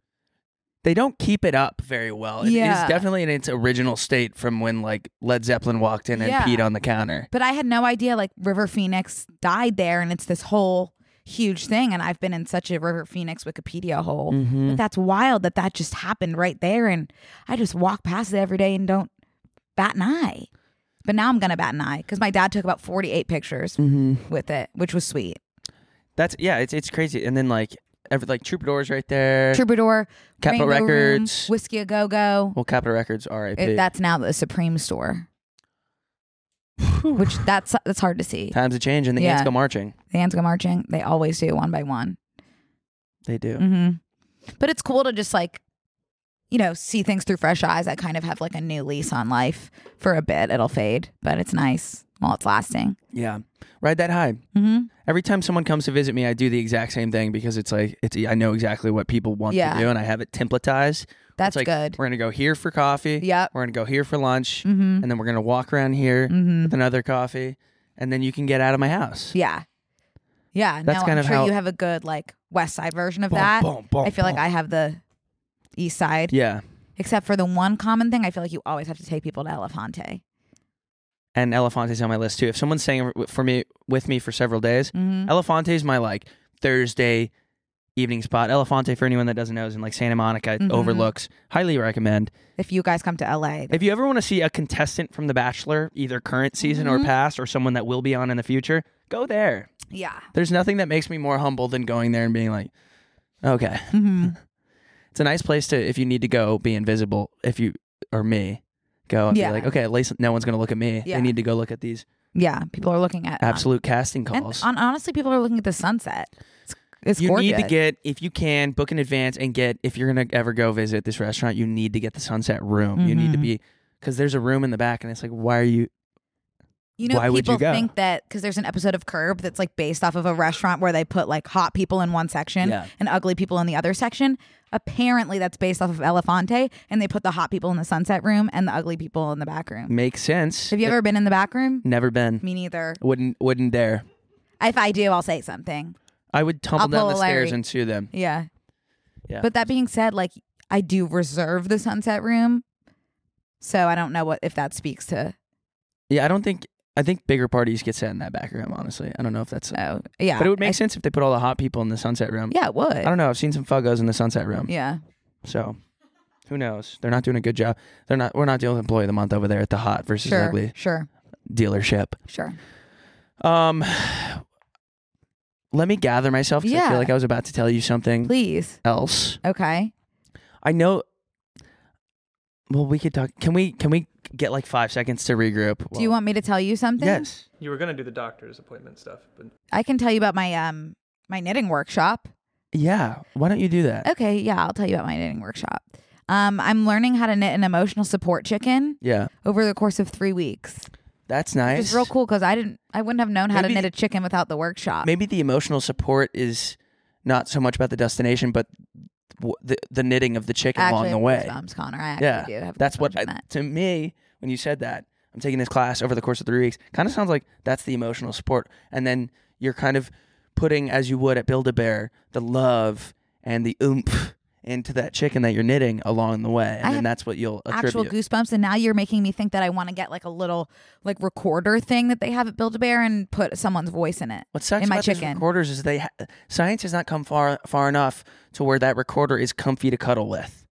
[SPEAKER 3] they don't keep it up very well. It is
[SPEAKER 2] Yeah.
[SPEAKER 3] definitely in its original state from when like Led Zeppelin walked in and
[SPEAKER 2] Yeah.
[SPEAKER 3] peed on the counter.
[SPEAKER 2] But I had no idea like River Phoenix died there, and it's this whole huge thing. And I've been in such a River Phoenix Wikipedia hole.
[SPEAKER 3] Mm-hmm. Mm.
[SPEAKER 2] But that's wild that that just happened right there, and I just walk past it every day and don't bat an eye. But now I'm gonna bat an eye because my dad took about 48 pictures with it, which was sweet.
[SPEAKER 3] Mm-hmm. That's yeah, it's it's crazy. And then like every like Troubadour's right there.
[SPEAKER 2] Troubadour,
[SPEAKER 3] Capitol
[SPEAKER 2] Rainbow Room,
[SPEAKER 3] Records.
[SPEAKER 2] Whiskey a Go Go.
[SPEAKER 3] well, Capitol Records, R.I.P.
[SPEAKER 2] It- That's now the Supreme store, which that's that's hard to see.
[SPEAKER 3] Times a change and the ants
[SPEAKER 2] Yeah.
[SPEAKER 3] go marching.
[SPEAKER 2] The ants go marching. They always do one by one.
[SPEAKER 3] They do.
[SPEAKER 2] hmm But it's cool to just like, you know, see things through fresh eyes. I kind of have like a new lease on life for a bit. It'll fade, but it's nice while it's lasting.
[SPEAKER 3] Yeah, ride that high.
[SPEAKER 2] hmm
[SPEAKER 3] Every time someone comes to visit me, I do the exact same thing because it's like it's I know exactly what people want
[SPEAKER 2] Yeah.
[SPEAKER 3] to do, and I have it templatized.
[SPEAKER 2] That's
[SPEAKER 3] it's like,
[SPEAKER 2] good.
[SPEAKER 3] We're gonna go here for coffee.
[SPEAKER 2] Yep.
[SPEAKER 3] We're gonna go here for lunch,
[SPEAKER 2] hmm
[SPEAKER 3] and then we're gonna walk around here
[SPEAKER 2] hmm
[SPEAKER 3] with another coffee, and then you can get out of my house.
[SPEAKER 2] Yeah. Yeah.
[SPEAKER 3] That's
[SPEAKER 2] no,
[SPEAKER 3] kind
[SPEAKER 2] I'm
[SPEAKER 3] of
[SPEAKER 2] sure
[SPEAKER 3] how-
[SPEAKER 2] you have a good like West Side version of
[SPEAKER 3] Boom,
[SPEAKER 2] that.
[SPEAKER 3] boom, boom,
[SPEAKER 2] I feel like
[SPEAKER 3] boom.
[SPEAKER 2] I have the East Side,
[SPEAKER 3] Yeah,
[SPEAKER 2] except for the one common thing. I feel like you always have to take people to Elefante.
[SPEAKER 3] and Elefante's on my list too. If someone's staying for me with me for several days,
[SPEAKER 2] hmm
[SPEAKER 3] Elefante's my like Thursday evening spot. Elefante, for anyone that doesn't know, is in like Santa Monica, it
[SPEAKER 2] Mhm.
[SPEAKER 3] overlooks. Highly recommend.
[SPEAKER 2] If you guys come to LA,
[SPEAKER 3] If you ever want to see a contestant from The Bachelor, either current season or
[SPEAKER 2] Mhm.
[SPEAKER 3] past, or someone that will be on in the future, go there.
[SPEAKER 2] yeah.
[SPEAKER 3] There's nothing that makes me more humble than going there and being like, okay,
[SPEAKER 2] hmm
[SPEAKER 3] it's a nice place to if you need to go be invisible. If you or me, go and
[SPEAKER 2] Yeah.
[SPEAKER 3] be like, okay, at least no one's gonna look at me.
[SPEAKER 2] Yeah.
[SPEAKER 3] They need to go look at these
[SPEAKER 2] Yeah. People are looking at uh,
[SPEAKER 3] absolute casting calls.
[SPEAKER 2] And on, honestly, people are looking at the sunset. It's, it's
[SPEAKER 3] you
[SPEAKER 2] gorgeous.
[SPEAKER 3] need to get if you can book in advance and get if you're gonna ever go visit this restaurant you need to get the sunset room you need to
[SPEAKER 2] Mhm.
[SPEAKER 3] be because there's a room in the back and it's like why are you
[SPEAKER 2] you know,
[SPEAKER 3] why would
[SPEAKER 2] people
[SPEAKER 3] you go?
[SPEAKER 2] think that because there's an episode of Curb that's like based off of a restaurant where they put like hot people in one section
[SPEAKER 3] Yeah.
[SPEAKER 2] and ugly people in the other section. Apparently, that's based off of Elefante, and they put the hot people in the sunset room and the ugly people in the back room.
[SPEAKER 3] makes sense
[SPEAKER 2] Have you ever been in the back room?
[SPEAKER 3] never been
[SPEAKER 2] Me neither.
[SPEAKER 3] wouldn't wouldn't dare
[SPEAKER 2] If I do, I'll say something.
[SPEAKER 3] I would tumble
[SPEAKER 2] I'll
[SPEAKER 3] down
[SPEAKER 2] pull
[SPEAKER 3] the
[SPEAKER 2] a
[SPEAKER 3] stairs
[SPEAKER 2] Larry.
[SPEAKER 3] and sue them
[SPEAKER 2] Yeah.
[SPEAKER 3] Yeah.
[SPEAKER 2] But that being said, like I do reserve the sunset room, so I don't know what if that speaks to.
[SPEAKER 3] yeah I don't think I think bigger parties get set in that back room honestly I don't know if that's
[SPEAKER 2] Oh, yeah.
[SPEAKER 3] but it would make
[SPEAKER 2] I-
[SPEAKER 3] sense if they put all the hot people in the sunset room
[SPEAKER 2] Yeah, it would.
[SPEAKER 3] I don't know I've seen some fuggos in the sunset room
[SPEAKER 2] Yeah.
[SPEAKER 3] so. Who knows? They're not doing a good job. They're not. We're not dealing with employee of the month over there at the hot versus
[SPEAKER 2] Sure.
[SPEAKER 3] ugly
[SPEAKER 2] Sure.
[SPEAKER 3] dealership.
[SPEAKER 2] Sure.
[SPEAKER 3] Um, let me gather myself. 'cause I
[SPEAKER 2] Yeah.
[SPEAKER 3] feel like I was about to tell you something
[SPEAKER 2] Please.
[SPEAKER 3] else.
[SPEAKER 2] Okay.
[SPEAKER 3] I know. Well, we could talk. Can we? Can we get like five seconds to regroup?
[SPEAKER 2] Do you
[SPEAKER 3] Well,
[SPEAKER 2] want me to tell you something?
[SPEAKER 3] Yes.
[SPEAKER 5] You were gonna do the doctor's appointment stuff, but
[SPEAKER 2] I can tell you about my um my knitting workshop.
[SPEAKER 3] Yeah. Why don't you do that?
[SPEAKER 2] Okay, yeah, I'll tell you about my knitting workshop. Um, I'm learning how to knit an emotional support chicken
[SPEAKER 3] Yeah.
[SPEAKER 2] over the course of three weeks.
[SPEAKER 3] That's nice.
[SPEAKER 2] Which is real cool because I didn't, I wouldn't have known how
[SPEAKER 3] Maybe-
[SPEAKER 2] to knit a chicken without the workshop.
[SPEAKER 3] Maybe the emotional support is not so much about the destination, but w- the the knitting of the chicken
[SPEAKER 2] I
[SPEAKER 3] along
[SPEAKER 2] actually
[SPEAKER 3] the
[SPEAKER 2] have
[SPEAKER 3] way.
[SPEAKER 2] goosebumps, Connor. I actually
[SPEAKER 3] Yeah.
[SPEAKER 2] do have
[SPEAKER 3] That's what
[SPEAKER 2] goosebumps
[SPEAKER 3] I,
[SPEAKER 2] on that.
[SPEAKER 3] to me when you said that. I'm taking this class over the course of three weeks. Kind of sounds like that's the emotional support, and then you're kind of putting, as you would at Build a Bear, the love and the oomph into that chicken that you're knitting along the way, and
[SPEAKER 2] I have
[SPEAKER 3] then that's what you'll
[SPEAKER 2] actual
[SPEAKER 3] attribute.
[SPEAKER 2] goosebumps and now you're making me think that i want to get like a little like recorder thing that they have at build-a-bear and put someone's voice in it
[SPEAKER 3] What sucks
[SPEAKER 2] in my
[SPEAKER 3] about
[SPEAKER 2] chicken.
[SPEAKER 3] these recorders is they ha- science has not come far far enough to where that recorder is comfy to cuddle with.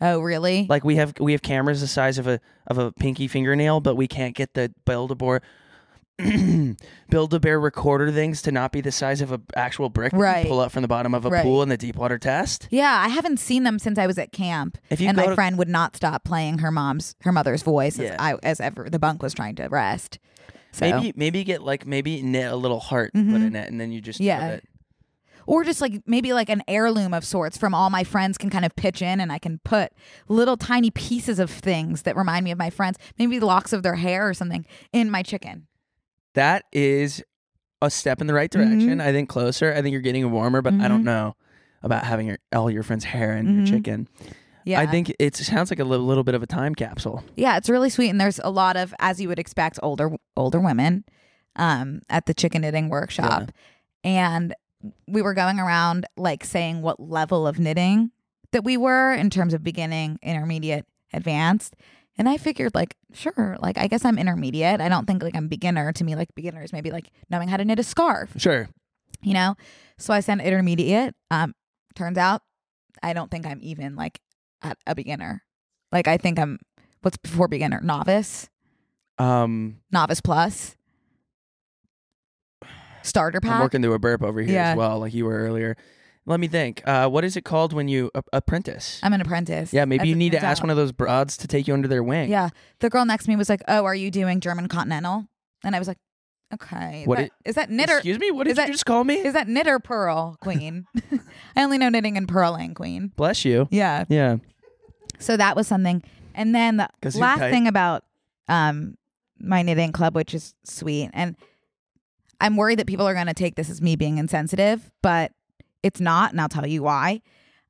[SPEAKER 2] oh really
[SPEAKER 3] Like we have we have cameras the size of a of a pinky fingernail, but we can't get the build a bear build a bear recorder things to not be the size of a actual brick that you
[SPEAKER 2] Right.
[SPEAKER 3] pull up from the bottom of a
[SPEAKER 2] Right.
[SPEAKER 3] pool in the deep water test.
[SPEAKER 2] yeah i haven't seen them since i was at camp
[SPEAKER 3] If you
[SPEAKER 2] and
[SPEAKER 3] go
[SPEAKER 2] my
[SPEAKER 3] to-
[SPEAKER 2] friend would not stop playing her mom's her mother's voice
[SPEAKER 3] Yeah.
[SPEAKER 2] as i as ever the bunk was trying to rest so Mm-hmm.
[SPEAKER 3] Maybe maybe get like maybe knit a little heart and put in it, and then you just yeah.
[SPEAKER 2] Yeah. or just like maybe like an heirloom of sorts from all my friends can kind of pitch in and I can put little tiny pieces of things that remind me of my friends, maybe locks of their hair or something in my chicken.
[SPEAKER 3] That is a step in the right
[SPEAKER 2] Mm-hmm.
[SPEAKER 3] direction. I think closer. I think you're getting warmer, but I don't know about having your all your friends' hair in your chicken.
[SPEAKER 2] Mm-hmm. Yeah.
[SPEAKER 3] I think it sounds like a li- little bit of a time capsule.
[SPEAKER 2] Yeah, it's really sweet, and there's a lot of, as you would expect, older older women um, at the chicken knitting workshop, and we were going around like saying what level of knitting that we were in terms of beginning, intermediate, advanced. And I figured, like, sure, like I guess I'm intermediate. I don't think like I'm beginner. To me, like beginner is maybe like knowing how to knit a scarf,
[SPEAKER 3] Sure.
[SPEAKER 2] you know. So I sent intermediate. Um, turns out I don't think I'm even like at a beginner. Like I think I'm what's before beginner novice,
[SPEAKER 3] Um,
[SPEAKER 2] novice plus, starter
[SPEAKER 3] I'm
[SPEAKER 2] pack.
[SPEAKER 3] working through a burp over here
[SPEAKER 2] Yeah.
[SPEAKER 3] as well, like you were earlier. Let me think. Uh, what is it called when you a- apprentice?
[SPEAKER 2] I'm an apprentice.
[SPEAKER 3] yeah, maybe
[SPEAKER 2] Uh, as
[SPEAKER 3] you
[SPEAKER 2] it
[SPEAKER 3] need to
[SPEAKER 2] turns
[SPEAKER 3] ask
[SPEAKER 2] out.
[SPEAKER 3] one of those broads to take you under their wing.
[SPEAKER 2] Yeah, the girl next to me was like, "Oh, are you doing German Continental?" And I was like, "Okay,
[SPEAKER 3] What
[SPEAKER 2] that-
[SPEAKER 3] it-
[SPEAKER 2] is that knitter?
[SPEAKER 3] Excuse me. What
[SPEAKER 2] is
[SPEAKER 3] did
[SPEAKER 2] that-
[SPEAKER 3] you just call me?
[SPEAKER 2] Is that knitter pearl queen? I only know knitting and purling queen.
[SPEAKER 3] Bless you.
[SPEAKER 2] Yeah,
[SPEAKER 3] Yeah.
[SPEAKER 2] So that was something. And then the
[SPEAKER 3] 'Cause you're
[SPEAKER 2] last
[SPEAKER 3] tight.
[SPEAKER 2] thing about um my knitting club, which is sweet, and I'm worried that people are going to take this as me being insensitive, but it's not, and I'll tell you why.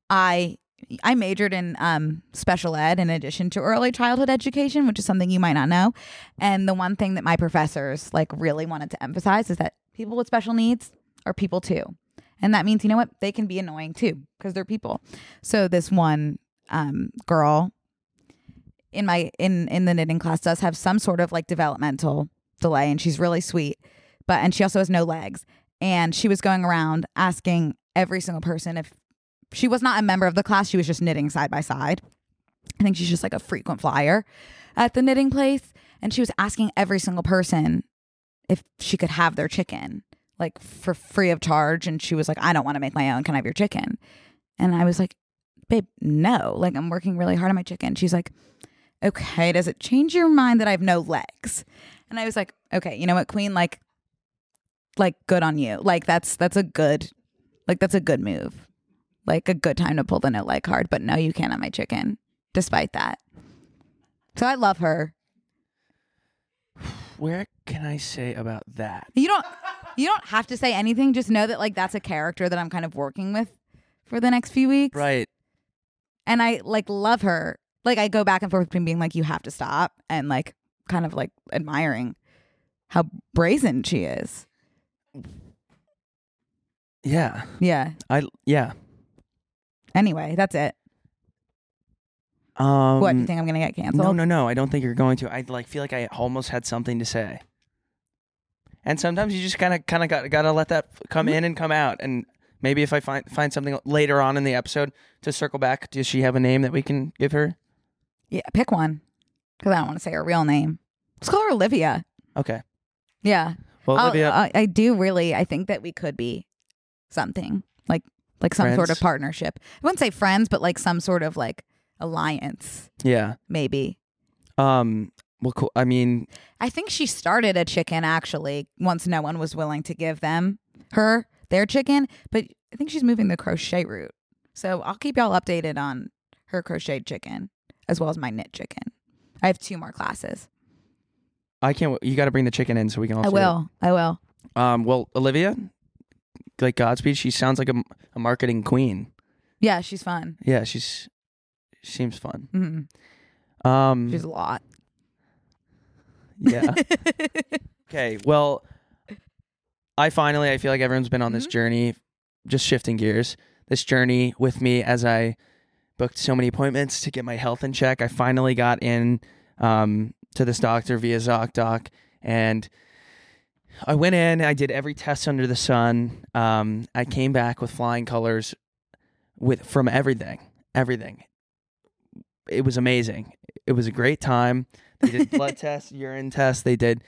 [SPEAKER 2] I I majored in um special ed in addition to early childhood education, which is something you might not know. And the one thing that my professors like really wanted to emphasize is that people with special needs are people too. And that means, you know what? They can be annoying too because they're people. So this one um, girl in my in in the knitting class does have some sort of like developmental delay, and she's really sweet. But and she also has no legs, and she was going around asking every single person if she was not a member of the class. She was just knitting side by side. I think she's just like a frequent flyer at the knitting place, and she was asking every single person if she could have their chicken like for free of charge and she was like i don't want to make my own can i have your chicken and i was like babe, no, like I'm working really hard on my chicken. She's like, okay, does it change your mind that I have no legs? And I was like, okay, you know what, queen, like, like good on you. Like that's, that's a good, like that's a good move. Like a good time to pull the no leg card, but no, you can't on my chicken despite that. So I love her.
[SPEAKER 3] Where can I say about that?
[SPEAKER 2] You don't, you don't have to say anything. Just know that like that's a character that I'm kind of working with for the next few weeks.
[SPEAKER 3] Right.
[SPEAKER 2] and I like love her. Like I go back and forth between being like, "You have to stop," and like kind of like admiring how brazen she is.
[SPEAKER 3] Yeah.
[SPEAKER 2] Yeah.
[SPEAKER 3] I yeah.
[SPEAKER 2] Anyway, that's it.
[SPEAKER 3] Um,
[SPEAKER 2] what do you think I'm gonna get canceled?
[SPEAKER 3] No, no, no. I don't think you're going to. I like feel like I almost had something to say. And sometimes you just kind of kind of got got to let that come in and come out. And maybe if I find find something later on in the episode to circle back, does she have a name that we can give her?
[SPEAKER 2] Yeah, pick one because I don't want to say her real name. Let's call her Olivia.
[SPEAKER 3] Okay.
[SPEAKER 2] Yeah,
[SPEAKER 3] Well,
[SPEAKER 2] I'll-
[SPEAKER 3] Oh, Olivia,
[SPEAKER 2] I, I do really. I think that we could be something like like some sort of
[SPEAKER 3] Friends?
[SPEAKER 2] partnership. I wouldn't say friends, but like some sort of like alliance,
[SPEAKER 3] yeah.
[SPEAKER 2] maybe.
[SPEAKER 3] Um. Well, cool. I mean,
[SPEAKER 2] I think she started a chicken actually once no one was willing to give them her their chicken, but I think she's moving the crochet route. So I'll keep y'all updated on her crocheted chicken as well as my knit chicken. I have two more classes.
[SPEAKER 3] I can't. w- You got to bring the chicken in so we can all.
[SPEAKER 2] I
[SPEAKER 3] see it.
[SPEAKER 2] will. I will.
[SPEAKER 3] Um. Well, Olivia, like Godspeed. She sounds like a, m- a marketing queen.
[SPEAKER 2] Yeah, she's fun.
[SPEAKER 3] Yeah. She's she seems fun.
[SPEAKER 2] hmm
[SPEAKER 3] Um.
[SPEAKER 2] She's a lot.
[SPEAKER 3] yeah. Okay, well, I finally I feel like everyone's been on this journey, just shifting gears. This journey with me as I booked so many appointments to get my health in check. I finally got in um, to this doctor via ZocDoc, and I went in. I did every test under the sun. Um, I came back with flying colors, with from everything, everything. It was amazing. It was a great time. They did blood tests, urine tests. They did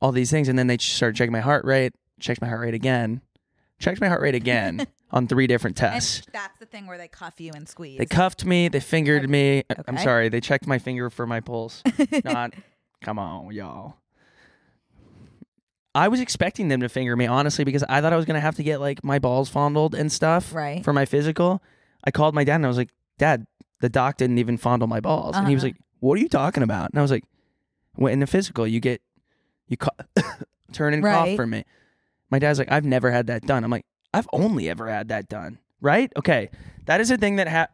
[SPEAKER 3] all these things, and then they started checking my heart rate. Checked my heart rate again. Checked my heart rate again on three different
[SPEAKER 2] And
[SPEAKER 3] tests.
[SPEAKER 2] that's the thing where they cuff you and squeeze.
[SPEAKER 3] They cuffed me. They fingered me. I- I'm
[SPEAKER 2] Okay.
[SPEAKER 3] sorry. They checked my finger for my pulse. Not. Come on, y'all. I was expecting them to finger me honestly because I thought I was gonna have to get like my balls fondled and stuff
[SPEAKER 2] Right.
[SPEAKER 3] for my physical. I called my dad and I was like, "Dad, the doc didn't even fondle my balls," and he was
[SPEAKER 2] Uh-huh.
[SPEAKER 3] like, "What are you talking about?" And I was like, "Well, in the physical, you get you cu- turn and
[SPEAKER 2] Right.
[SPEAKER 3] cough for me." My dad's like, "I've never had that done." I'm like, "I've only ever had that done." Right? Okay, that is a thing that ha-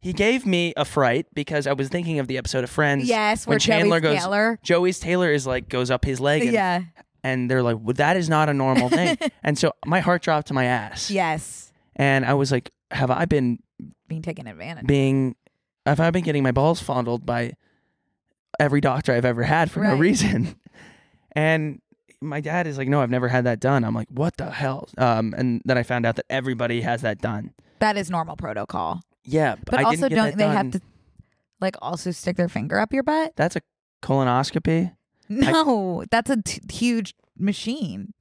[SPEAKER 3] he gave me a fright because I was thinking of the episode of Friends.
[SPEAKER 2] yes,
[SPEAKER 3] when
[SPEAKER 2] where
[SPEAKER 3] Chandler
[SPEAKER 2] Joey
[SPEAKER 3] goes,
[SPEAKER 2] Taylor.
[SPEAKER 3] Joey's Taylor is like goes up his leg, and,
[SPEAKER 2] Yeah.
[SPEAKER 3] and they're like, well, "That is not a normal thing." and so my heart dropped to my ass,
[SPEAKER 2] Yes.
[SPEAKER 3] and I was like, "Have I been
[SPEAKER 2] Being taken advantage.
[SPEAKER 3] being? Have I been getting my balls fondled by every doctor I've ever had for no
[SPEAKER 2] Right.
[SPEAKER 3] reason?" And my dad is like, "No, I've never had that done." I'm like, "What the hell?" Um, and then I found out that everybody has that done.
[SPEAKER 2] that is normal protocol.
[SPEAKER 3] Yeah,
[SPEAKER 2] But
[SPEAKER 3] I
[SPEAKER 2] also,
[SPEAKER 3] didn't get
[SPEAKER 2] don't
[SPEAKER 3] that
[SPEAKER 2] they
[SPEAKER 3] done.
[SPEAKER 2] have to like also stick their finger up your butt?
[SPEAKER 3] That's a colonoscopy,
[SPEAKER 2] No, that's a t- huge machine.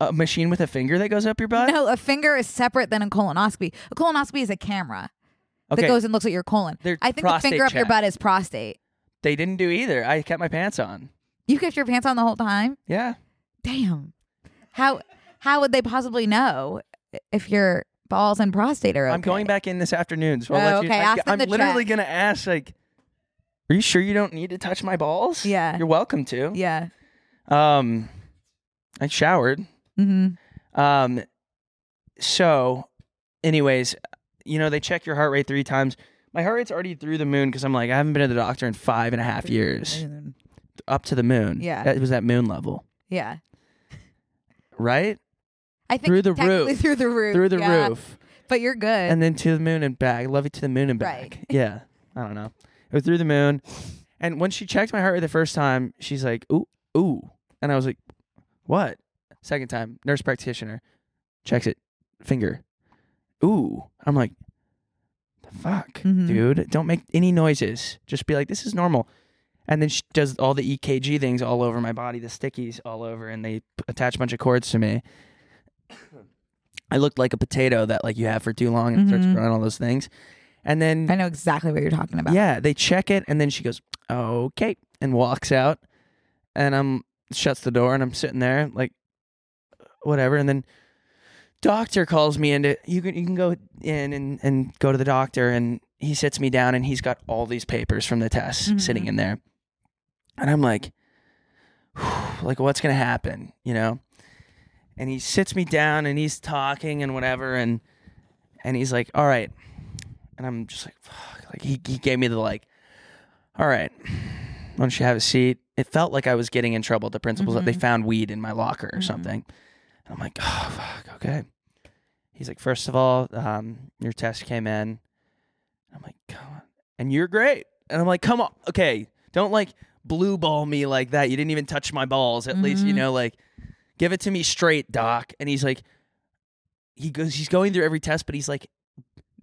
[SPEAKER 3] a machine with a finger that goes up your butt.
[SPEAKER 2] No, a finger is separate than a colonoscopy. A colonoscopy is a camera
[SPEAKER 3] okay,
[SPEAKER 2] that goes and looks at your colon.
[SPEAKER 3] They're
[SPEAKER 2] I think the
[SPEAKER 3] prostate
[SPEAKER 2] finger up your
[SPEAKER 3] check.
[SPEAKER 2] butt is prostate.
[SPEAKER 3] They didn't do either. I kept my pants on.
[SPEAKER 2] You kept your pants on the whole time.
[SPEAKER 3] Yeah.
[SPEAKER 2] Damn. How how would they possibly know if your balls and prostate are? Okay?
[SPEAKER 3] I'm going back in this afternoon. So I'll
[SPEAKER 2] Oh,
[SPEAKER 3] let you,
[SPEAKER 2] okay.
[SPEAKER 3] I,
[SPEAKER 2] Ask them
[SPEAKER 3] am
[SPEAKER 2] to
[SPEAKER 3] literally
[SPEAKER 2] check.
[SPEAKER 3] going to ask, like, are you sure you don't need to touch my balls?
[SPEAKER 2] Yeah.
[SPEAKER 3] You're welcome to.
[SPEAKER 2] Yeah.
[SPEAKER 3] Um, I showered.
[SPEAKER 2] Mm-hmm.
[SPEAKER 3] Um, so, anyways, you know, they check your heart rate three times. My heart rate's already through the moon because I'm like, I haven't been to the doctor in five and a half years. Up to the moon.
[SPEAKER 2] Yeah.
[SPEAKER 3] That was that moon level,
[SPEAKER 2] Yeah.
[SPEAKER 3] right?
[SPEAKER 2] I think
[SPEAKER 3] Through the
[SPEAKER 2] technically
[SPEAKER 3] roof.
[SPEAKER 2] Through the roof.
[SPEAKER 3] Through the
[SPEAKER 2] yeah.
[SPEAKER 3] roof.
[SPEAKER 2] But you're good.
[SPEAKER 3] and then to the moon and back. Love you to the moon and back.
[SPEAKER 2] Right.
[SPEAKER 3] Yeah. I don't know. It was through the moon. And when she checked my heart rate the first time, she's like, ooh, ooh. And I was like, what? Second time, nurse practitioner checks it, finger. Ooh. I'm like, the fuck,
[SPEAKER 2] Mhm.
[SPEAKER 3] dude. Don't make any noises. Just be like, this is normal. And then she does all the EKG things all over my body, the stickies all over, and they p- attach a bunch of cords to me. I looked like a potato that like you have for too long and it starts
[SPEAKER 2] Mhm.
[SPEAKER 3] growing all those things. And then
[SPEAKER 2] I know exactly what you're talking about.
[SPEAKER 3] yeah, they check it and then she goes, "Okay," and walks out. And I'm shuts the door and I'm sitting there like whatever and then doctor calls me into you can you can go in and and go to the doctor and he sits me down and he's got all these papers from the tests
[SPEAKER 2] Mhm.
[SPEAKER 3] sitting in there. And I'm like like what's going to happen, you know? And he sits me down and he's talking and whatever and and he's like, "All right." And I'm just like, "Fuck!" Like he he gave me the like, "All right, why don't you have a seat?" It felt like I was getting in trouble. at The principal's that they found weed in my locker or
[SPEAKER 2] Mhm.
[SPEAKER 3] something. And I'm like, "Oh fuck, okay." He's like, first of all, um, your test came in." I'm like, "Come on," and you're great. And I'm like, "Come on, okay, don't like blue ball me like that. You didn't even touch my balls. At least you
[SPEAKER 2] Mhm.
[SPEAKER 3] know like." Give it to me straight, doc. And he's like, he goes he's going through every test but he's like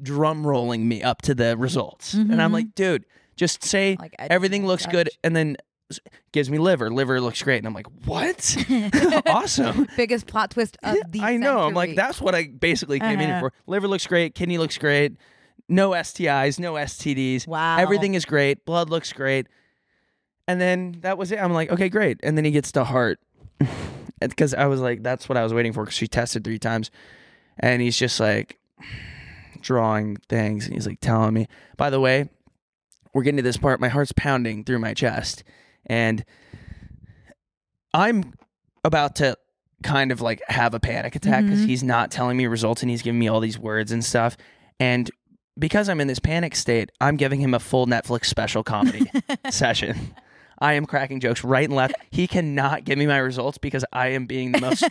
[SPEAKER 3] drum rolling me up to the results and i'm
[SPEAKER 2] Mhm.
[SPEAKER 3] like dude just say
[SPEAKER 2] Like
[SPEAKER 3] everything looks good and then s- gives me liver liver looks great and i'm like what awesome
[SPEAKER 2] Biggest plot twist of the
[SPEAKER 3] i know i'm like
[SPEAKER 2] century.
[SPEAKER 3] that's what i basically came in here
[SPEAKER 2] Uh-huh.
[SPEAKER 3] for liver looks great kidney looks great no stis no stds
[SPEAKER 2] Wow.
[SPEAKER 3] everything is great blood looks great and then that was it i'm like okay great and then he gets to heart because i was like that's what i was waiting for because she tested three times and he's just like drawing things and he's like telling me by the way we're getting to this part my heart's pounding through my chest and i'm about to kind of like have a panic attack because
[SPEAKER 2] Mhm.
[SPEAKER 3] he's not telling me results and he's giving me all these words and stuff and because i'm in this panic state i'm giving him a full netflix special comedy session i am cracking jokes right and left he cannot give me my results because i am being the most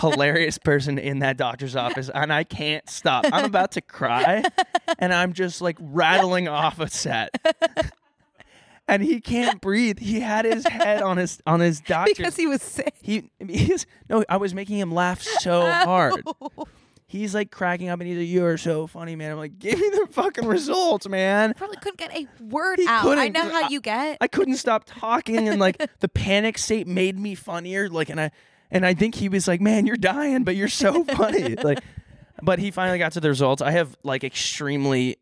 [SPEAKER 3] hilarious person in that doctor's office and I can't stop. I'm about to cry and I'm just like rattling off a set. and he can't breathe. He had his head on his on his doctor.
[SPEAKER 2] because he was sick.
[SPEAKER 3] he, he is, no, I was making him laugh so hard.
[SPEAKER 2] Oh.
[SPEAKER 3] He's like cracking up and he's like, You are so funny, man. I'm like, give me the fucking results, man.
[SPEAKER 2] Probably couldn't get a word
[SPEAKER 3] He
[SPEAKER 2] out. I
[SPEAKER 3] couldn't.
[SPEAKER 2] know how
[SPEAKER 3] I-
[SPEAKER 2] you get.
[SPEAKER 3] I couldn't stop talking and like the panic state made me funnier. Like and I and I think he was like, Man, you're dying, but you're so funny. like but he finally got to the results. I have like extremely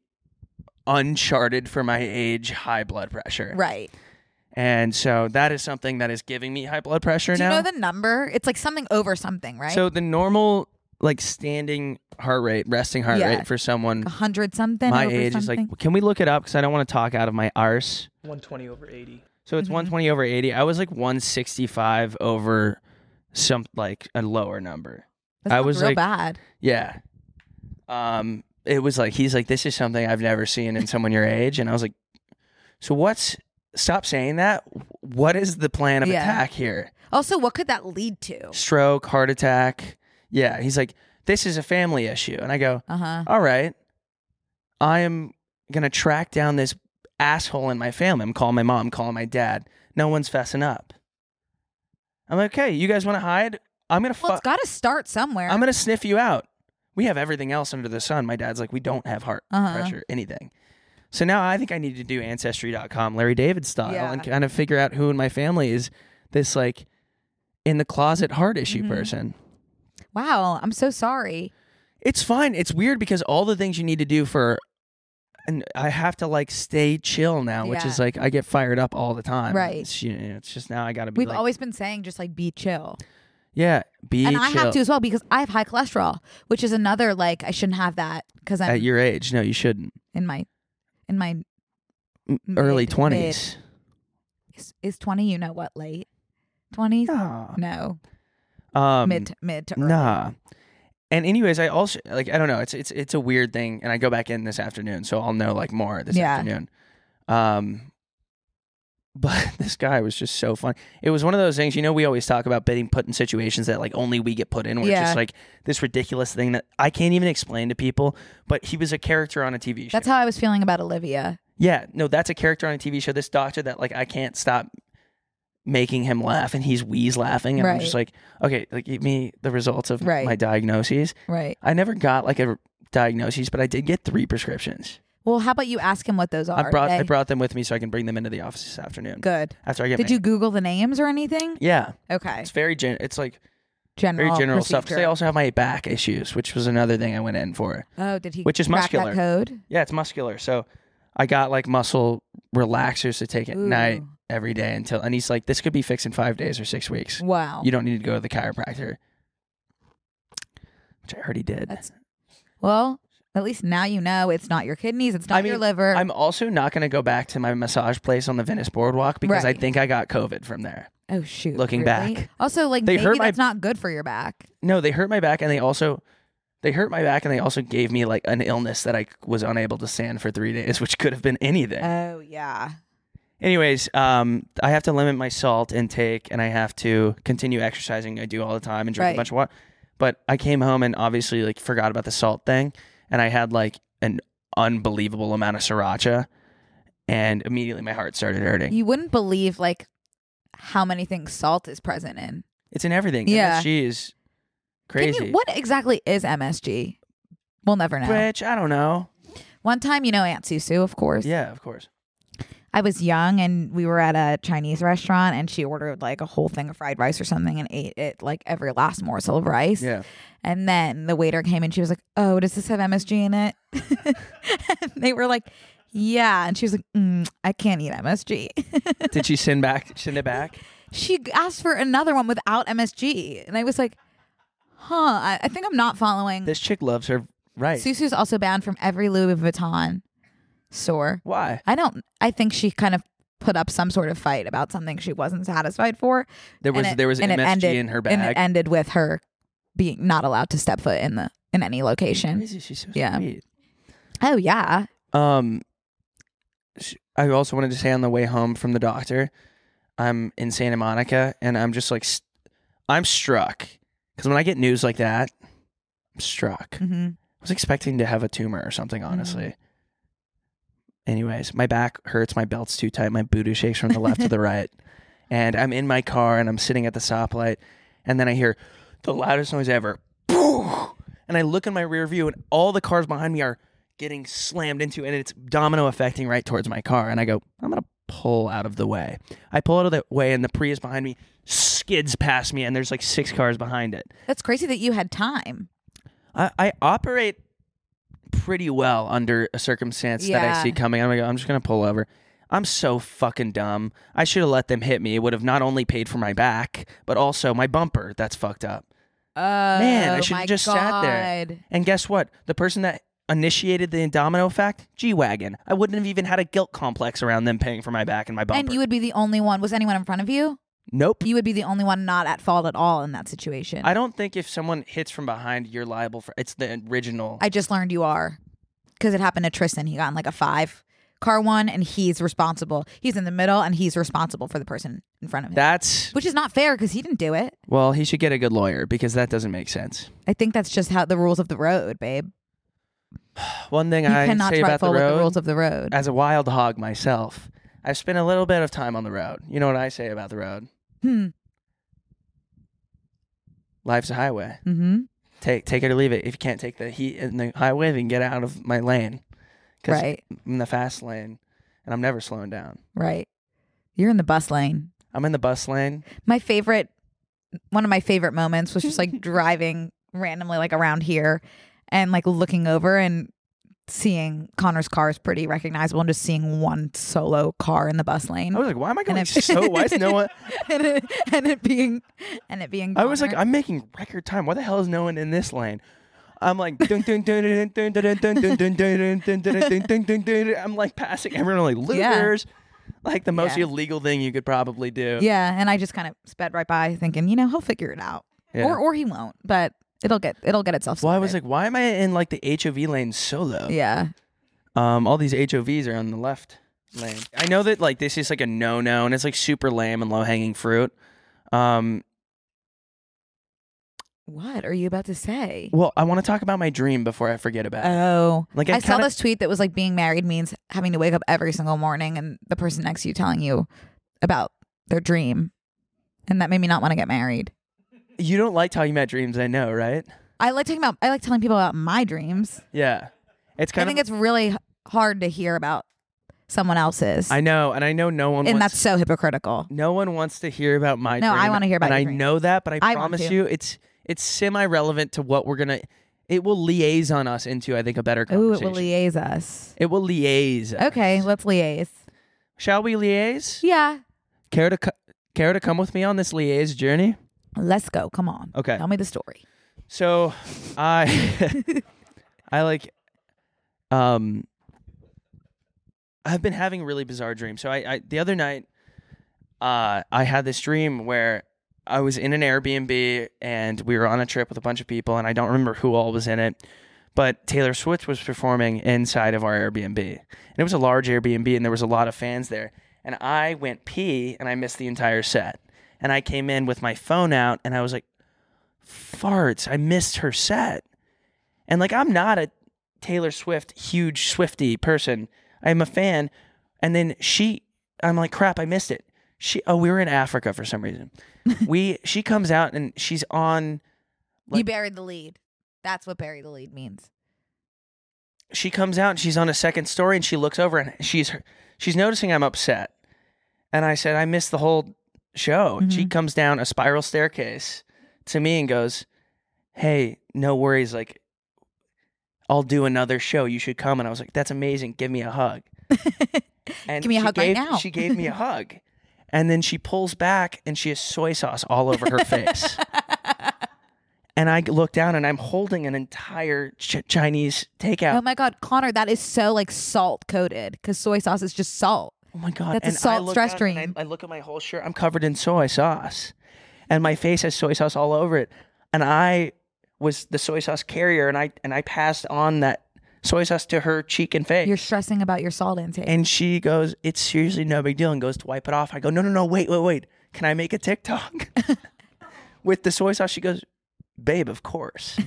[SPEAKER 3] uncharted for my age high blood pressure.
[SPEAKER 2] right.
[SPEAKER 3] And so that is something that is giving me high blood pressure
[SPEAKER 2] Do you
[SPEAKER 3] now.
[SPEAKER 2] know the number? It's like something over something, right?
[SPEAKER 3] So the normal like standing heart rate, resting heart
[SPEAKER 2] Yeah.
[SPEAKER 3] rate for someone
[SPEAKER 2] a hundred something.
[SPEAKER 3] my
[SPEAKER 2] over
[SPEAKER 3] age is
[SPEAKER 2] something?
[SPEAKER 3] like, can we look it up? Because I don't want to talk out of my arse.
[SPEAKER 5] 120 over 80.
[SPEAKER 3] So
[SPEAKER 2] Mm-hmm.
[SPEAKER 3] it's 120 over 80. I was like 165 over some like a lower number.
[SPEAKER 2] That's
[SPEAKER 3] I
[SPEAKER 2] not
[SPEAKER 3] was
[SPEAKER 2] real
[SPEAKER 3] like-
[SPEAKER 2] bad.
[SPEAKER 3] Yeah. Um, it was like he's like, this is something I've never seen in someone your age, and I was like, so what's? Stop saying that. What is the plan of
[SPEAKER 2] Yeah.
[SPEAKER 3] attack here?
[SPEAKER 2] Also, what could that lead to?
[SPEAKER 3] Stroke, heart attack. Yeah. He's like, this is a family issue, and I go,
[SPEAKER 2] Uh huh.
[SPEAKER 3] all right, I am gonna track down this asshole in my family. I'm calling my mom, calling my dad. No one's fessing up. I'm like, okay, you guys want to hide? I'm gonna
[SPEAKER 2] Well, it's
[SPEAKER 3] fuck.
[SPEAKER 2] got to start somewhere.
[SPEAKER 3] I'm gonna sniff you out. We have everything else under the sun. My dad's like, we don't have heart
[SPEAKER 2] Uh-huh.
[SPEAKER 3] pressure, anything. So now I think I need to do ancestry.com, Larry David style,
[SPEAKER 2] Yeah.
[SPEAKER 3] and kind of figure out who in my family is this like in the closet heart issue
[SPEAKER 2] Mm-hmm.
[SPEAKER 3] person.
[SPEAKER 2] wow, I'm so sorry.
[SPEAKER 3] It's fine. It's weird because all the things you need to do for, and I have to like stay chill now, which
[SPEAKER 2] Yeah.
[SPEAKER 3] is like I get fired up all the time.
[SPEAKER 2] Right.
[SPEAKER 3] It's, you know, it's just now I gotta be.
[SPEAKER 2] We've
[SPEAKER 3] like,
[SPEAKER 2] always been saying just like be chill,
[SPEAKER 3] yeah, be
[SPEAKER 2] and
[SPEAKER 3] chill
[SPEAKER 2] I have to as well because I have high cholesterol, which is another like I shouldn't have that because I'm
[SPEAKER 3] at your age. No, you shouldn't.
[SPEAKER 2] in my in my
[SPEAKER 3] M- Early
[SPEAKER 2] mid-
[SPEAKER 3] twenties.
[SPEAKER 2] is, is twenty. You know what? Late twenties? No,
[SPEAKER 3] Ah. Um,
[SPEAKER 2] mid mid to early.
[SPEAKER 3] Nah. And anyways, I also like I don't know. It's it's it's a weird thing, and I go back in this afternoon, so I'll know like more this
[SPEAKER 2] Yeah.
[SPEAKER 3] afternoon. Um, but this guy was just so fun. It was one of those things, you know. We always talk about being put in situations that like only we get put in. Where it's
[SPEAKER 2] Yeah.
[SPEAKER 3] just like this ridiculous thing that I can't even explain to people. But he was a character on a TV show.
[SPEAKER 2] That's how I was feeling about Olivia.
[SPEAKER 3] Yeah, no, that's a character on a TV show. This doctor that like I can't stop making him laugh, and he's wheeze laughing, and I'm
[SPEAKER 2] Right.
[SPEAKER 3] just like, okay, like give me the results of
[SPEAKER 2] Right.
[SPEAKER 3] my diagnoses.
[SPEAKER 2] Right.
[SPEAKER 3] I never got like a diagnosis, but I did get three prescriptions.
[SPEAKER 2] Well, how about you ask him what those are?
[SPEAKER 3] I brought I
[SPEAKER 2] today?
[SPEAKER 3] brought them with me so I can bring them into the office this afternoon.
[SPEAKER 2] Good.
[SPEAKER 3] After I get
[SPEAKER 2] Did
[SPEAKER 3] my-
[SPEAKER 2] you Google the names or anything?
[SPEAKER 3] Yeah,
[SPEAKER 2] Okay.
[SPEAKER 3] it's very gen. It's like
[SPEAKER 2] General.
[SPEAKER 3] very general stuff. 'Cause
[SPEAKER 2] procedure.
[SPEAKER 3] They also have my back issues, which was another thing I went in for.
[SPEAKER 2] Oh, did he?
[SPEAKER 3] which is
[SPEAKER 2] crack That
[SPEAKER 3] muscular.
[SPEAKER 2] code.
[SPEAKER 3] Yeah, it's muscular. So I got like muscle relaxers to take at night
[SPEAKER 2] Ooh.
[SPEAKER 3] every day until, and he's like, this could be fixed in five days or six weeks.
[SPEAKER 2] Wow.
[SPEAKER 3] You don't need to go to the chiropractor, which I already did.
[SPEAKER 2] That's well. At least now you know it's not your kidneys. It's not
[SPEAKER 3] I
[SPEAKER 2] your
[SPEAKER 3] mean,
[SPEAKER 2] liver.
[SPEAKER 3] I'm also not going to go back to my massage place on the Venice Boardwalk because I
[SPEAKER 2] Right.
[SPEAKER 3] think I got COVID from there.
[SPEAKER 2] oh shoot.
[SPEAKER 3] looking
[SPEAKER 2] really?
[SPEAKER 3] back.
[SPEAKER 2] Also, like
[SPEAKER 3] They
[SPEAKER 2] maybe
[SPEAKER 3] hurt my-
[SPEAKER 2] that's not good for your back.
[SPEAKER 3] No, they hurt my back, and they also they hurt my back, and they also gave me like an illness that I was unable to stand for three days, which could have been anything.
[SPEAKER 2] Oh yeah.
[SPEAKER 3] Anyways, um, I have to limit my salt intake, and I have to continue exercising. I do all the time and drink
[SPEAKER 2] Right.
[SPEAKER 3] a bunch of water. But I came home and obviously like forgot about the salt thing, and I had like an unbelievable amount of sriracha, and immediately my heart started hurting.
[SPEAKER 2] You wouldn't believe like how many things salt is present in.
[SPEAKER 3] It's in everything.
[SPEAKER 2] Yeah.
[SPEAKER 3] MSG is
[SPEAKER 2] Can you-
[SPEAKER 3] crazy.
[SPEAKER 2] what exactly is MSG? We'll never know.
[SPEAKER 3] Which I don't know.
[SPEAKER 2] One time, you know Aunt Susu, of course.
[SPEAKER 3] Yeah, of course.
[SPEAKER 2] I was young and we were at a Chinese restaurant and she ordered like a whole thing of fried rice or something and ate it like every last morsel of rice.
[SPEAKER 3] Yeah.
[SPEAKER 2] And then the waiter came and she was like, Oh, does this have MSG in it? and they were like, Yeah. And she was like, mm, I can't eat MSG.
[SPEAKER 3] Did she send back? Send it back?
[SPEAKER 2] she asked for another one without MSG. And I was like, Huh, I, I think I'm not following.
[SPEAKER 3] This chick loves her right.
[SPEAKER 2] Susu's also banned from every Louis Vuitton store.
[SPEAKER 3] Why?
[SPEAKER 2] I don't. I think she kind of put up some sort of fight about something she wasn't satisfied for.
[SPEAKER 3] There
[SPEAKER 2] and
[SPEAKER 3] was
[SPEAKER 2] it-
[SPEAKER 3] there was
[SPEAKER 2] and it
[SPEAKER 3] MSG
[SPEAKER 2] ended-
[SPEAKER 3] in her
[SPEAKER 2] and it
[SPEAKER 3] bag.
[SPEAKER 2] ended with her being not allowed to step foot in the in any location.
[SPEAKER 3] Crazy, She's so
[SPEAKER 2] Yeah.
[SPEAKER 3] sweet.
[SPEAKER 2] Oh yeah,
[SPEAKER 3] Um, sh- I also wanted to say on the way home from the doctor, I'm in Santa Monica, and I'm just like, st- I'm struck because when I get news like that, I'm struck.
[SPEAKER 2] hmm
[SPEAKER 3] was expecting to have a tumor or something, honestly. Anyways, my back hurts, my belt's too tight, my booty shakes from the left to the right. And I'm in my car and I'm sitting at the stoplight, and then I hear the loudest noise ever. And I look in my rear view, and all the cars behind me are getting slammed into, and it's domino affecting right towards my car. And I go, I'm going to pull out of the way. I pull out of the way, and the Prius behind me skids past me, and there's like six cars behind it.
[SPEAKER 2] That's crazy that you had time.
[SPEAKER 3] I, I operate pretty well under a circumstance that I
[SPEAKER 2] Yeah.
[SPEAKER 3] see coming. I'm like, I'm just gonna pull over. I'm so fucking dumb. I should have let them hit me. It would have not only paid for my back, but also my bumper. That's fucked up.
[SPEAKER 2] Oh,
[SPEAKER 3] Man, I should
[SPEAKER 2] my
[SPEAKER 3] have just sat there.
[SPEAKER 2] God.
[SPEAKER 3] And guess what? The person that initiated the domino effect, G wagon. I wouldn't have even had a guilt complex around them paying for my back and my bumper.
[SPEAKER 2] And you would be the only one. Was anyone in front of you?
[SPEAKER 3] nope.
[SPEAKER 2] You would be the only one not at fault at all in that situation.
[SPEAKER 3] I don't think if someone hits from behind, you're liable for. It's the original.
[SPEAKER 2] I just learned you are because it happened to Tristan. He got in like a five car one, and he's responsible. He's in the middle, and he's responsible for the person in front of him,
[SPEAKER 3] That's
[SPEAKER 2] which is not fair because he didn't do it.
[SPEAKER 3] well. He should get a good lawyer because that doesn't make sense.
[SPEAKER 2] I think that's just how the rules of the road, babe.
[SPEAKER 3] One thing
[SPEAKER 2] You
[SPEAKER 3] I
[SPEAKER 2] cannot
[SPEAKER 3] say about the
[SPEAKER 2] trifle with
[SPEAKER 3] road,
[SPEAKER 2] the rules of the road.
[SPEAKER 3] as a wild hog myself, I've spent a little bit of time on the road. You know what I say about the road?
[SPEAKER 2] hmm.
[SPEAKER 3] Life's a highway.
[SPEAKER 2] Mm-hmm.
[SPEAKER 3] Take take it or leave it. If you can't take the heat in the highway, then get out of my lane. 'Cause
[SPEAKER 2] Right.
[SPEAKER 3] I'm in the fast lane, and I'm never slowing down.
[SPEAKER 2] Right. You're in the bus lane.
[SPEAKER 3] I'm in the bus lane.
[SPEAKER 2] My favorite, one of my favorite moments was just like driving randomly like around here and like looking over and seeing Connor's car is pretty recognizable and just seeing one solo car in the bus lane.
[SPEAKER 3] I was like, why am I going
[SPEAKER 2] if-
[SPEAKER 3] so? Why is no one?
[SPEAKER 2] and, it, and it being and it being
[SPEAKER 3] I was like,
[SPEAKER 2] Connor.
[SPEAKER 3] I'm making record time. Why the hell is no one in this lane? I'm like, dun, dun, dun, dun, dun, dun, dun, dun, dun, dun, dun, dun, dun, dun, dun, dun, dun, dun. I'm like passing everyone like
[SPEAKER 2] Yeah.
[SPEAKER 3] losers. Like the most
[SPEAKER 2] Yeah.
[SPEAKER 3] illegal thing you could probably do.
[SPEAKER 2] yeah and i just kind of sped right by thinking you know he'll figure it out
[SPEAKER 3] Yeah.
[SPEAKER 2] or or he won't but it'll get it'll get itself
[SPEAKER 3] Well,
[SPEAKER 2] sorted.
[SPEAKER 3] I was like, why am I in like the HOV lane solo?
[SPEAKER 2] yeah
[SPEAKER 3] Um, all these HOVs are on the left lane. I know that like this is like a no no and it's like super lame and low hanging fruit. Um,
[SPEAKER 2] what are you about to say
[SPEAKER 3] well, I want to talk about my dream before I forget about it.
[SPEAKER 2] oh
[SPEAKER 3] Like,
[SPEAKER 2] like
[SPEAKER 3] I
[SPEAKER 2] i, saw
[SPEAKER 3] kinda-
[SPEAKER 2] this tweet that was like being married means having to wake up every single morning and the person next to you telling you about their dream and that made me not want to get married
[SPEAKER 3] You don't like talking about dreams, I know, right?
[SPEAKER 2] i like talking about i like telling people about my dreams
[SPEAKER 3] Yeah. It's
[SPEAKER 2] i
[SPEAKER 3] kind
[SPEAKER 2] think
[SPEAKER 3] of
[SPEAKER 2] it's really h- hard to hear about someone else's
[SPEAKER 3] I know, and I know no one
[SPEAKER 2] and
[SPEAKER 3] wants
[SPEAKER 2] that's so hypocritical
[SPEAKER 3] No one wants to hear about my
[SPEAKER 2] No,
[SPEAKER 3] dream.
[SPEAKER 2] I wanna hear about your
[SPEAKER 3] And I
[SPEAKER 2] dream.
[SPEAKER 3] know that, but I,
[SPEAKER 2] I want
[SPEAKER 3] promise
[SPEAKER 2] to.
[SPEAKER 3] you it's it's semi relevant to what we're gonna it will liaise on us into I think a better
[SPEAKER 2] Ooh,
[SPEAKER 3] conversation.
[SPEAKER 2] it will liaise us.
[SPEAKER 3] It will liaise. us.
[SPEAKER 2] Okay, let's liaise.
[SPEAKER 3] Shall we liaise?
[SPEAKER 2] Yeah.
[SPEAKER 3] Care to co- care to come with me on this liaise journey?
[SPEAKER 2] Let's go. Come on.
[SPEAKER 3] Okay.
[SPEAKER 2] Tell me the story.
[SPEAKER 3] So, I I like um I've been having really bizarre dreams. So I, I the other night uh I had this dream where I was in an Airbnb and we were on a trip with a bunch of people and I don't remember who all was in it, but Taylor Swift was performing inside of our Airbnb. And it was a large Airbnb and there was a lot of fans there. And I went pee and I missed the entire set. And I came in with my phone out and I was like farts. I missed her set. And like I'm not a Taylor Swift huge Swifty person. I'm a fan. And then she I'm like crap, I missed it. She oh, we were in Africa for some reason. we she comes out and she's on
[SPEAKER 2] you
[SPEAKER 3] Like-
[SPEAKER 2] buried the lead. That's what bury the lead means.
[SPEAKER 3] she comes out and she's on a second story and she looks over and she's she's noticing I'm upset. And I said, I missed the whole show. She
[SPEAKER 2] Mm-hmm.
[SPEAKER 3] comes down a spiral staircase to me and goes, Hey, no worries, like I'll do another show. You should come. And I was like, That's amazing. Give me a hug. and
[SPEAKER 2] Give me a
[SPEAKER 3] she
[SPEAKER 2] hug right
[SPEAKER 3] gave,
[SPEAKER 2] now.
[SPEAKER 3] She gave me a hug. And then she pulls back and she has soy sauce all over her face. And I look down and I'm holding an entire ch- Chinese takeout.
[SPEAKER 2] Oh my God, Connor, that is so like salt coated because soy sauce is just salt.
[SPEAKER 3] Oh my god!
[SPEAKER 2] That's a
[SPEAKER 3] and I
[SPEAKER 2] salt
[SPEAKER 3] look
[SPEAKER 2] stress
[SPEAKER 3] up and I-
[SPEAKER 2] dream.
[SPEAKER 3] I, look at my whole shirt. I'm covered in soy sauce, and my face has soy sauce all over it. And I was the soy sauce carrier, and I and I passed on that soy sauce to her cheek and face.
[SPEAKER 2] You're stressing about your salt intake.
[SPEAKER 3] and she goes, "It's seriously no big deal," and goes to wipe it off. I go, "No, no, no! Wait, wait, wait! Can I make a TikTok with the soy sauce?" She goes, "Babe, of course."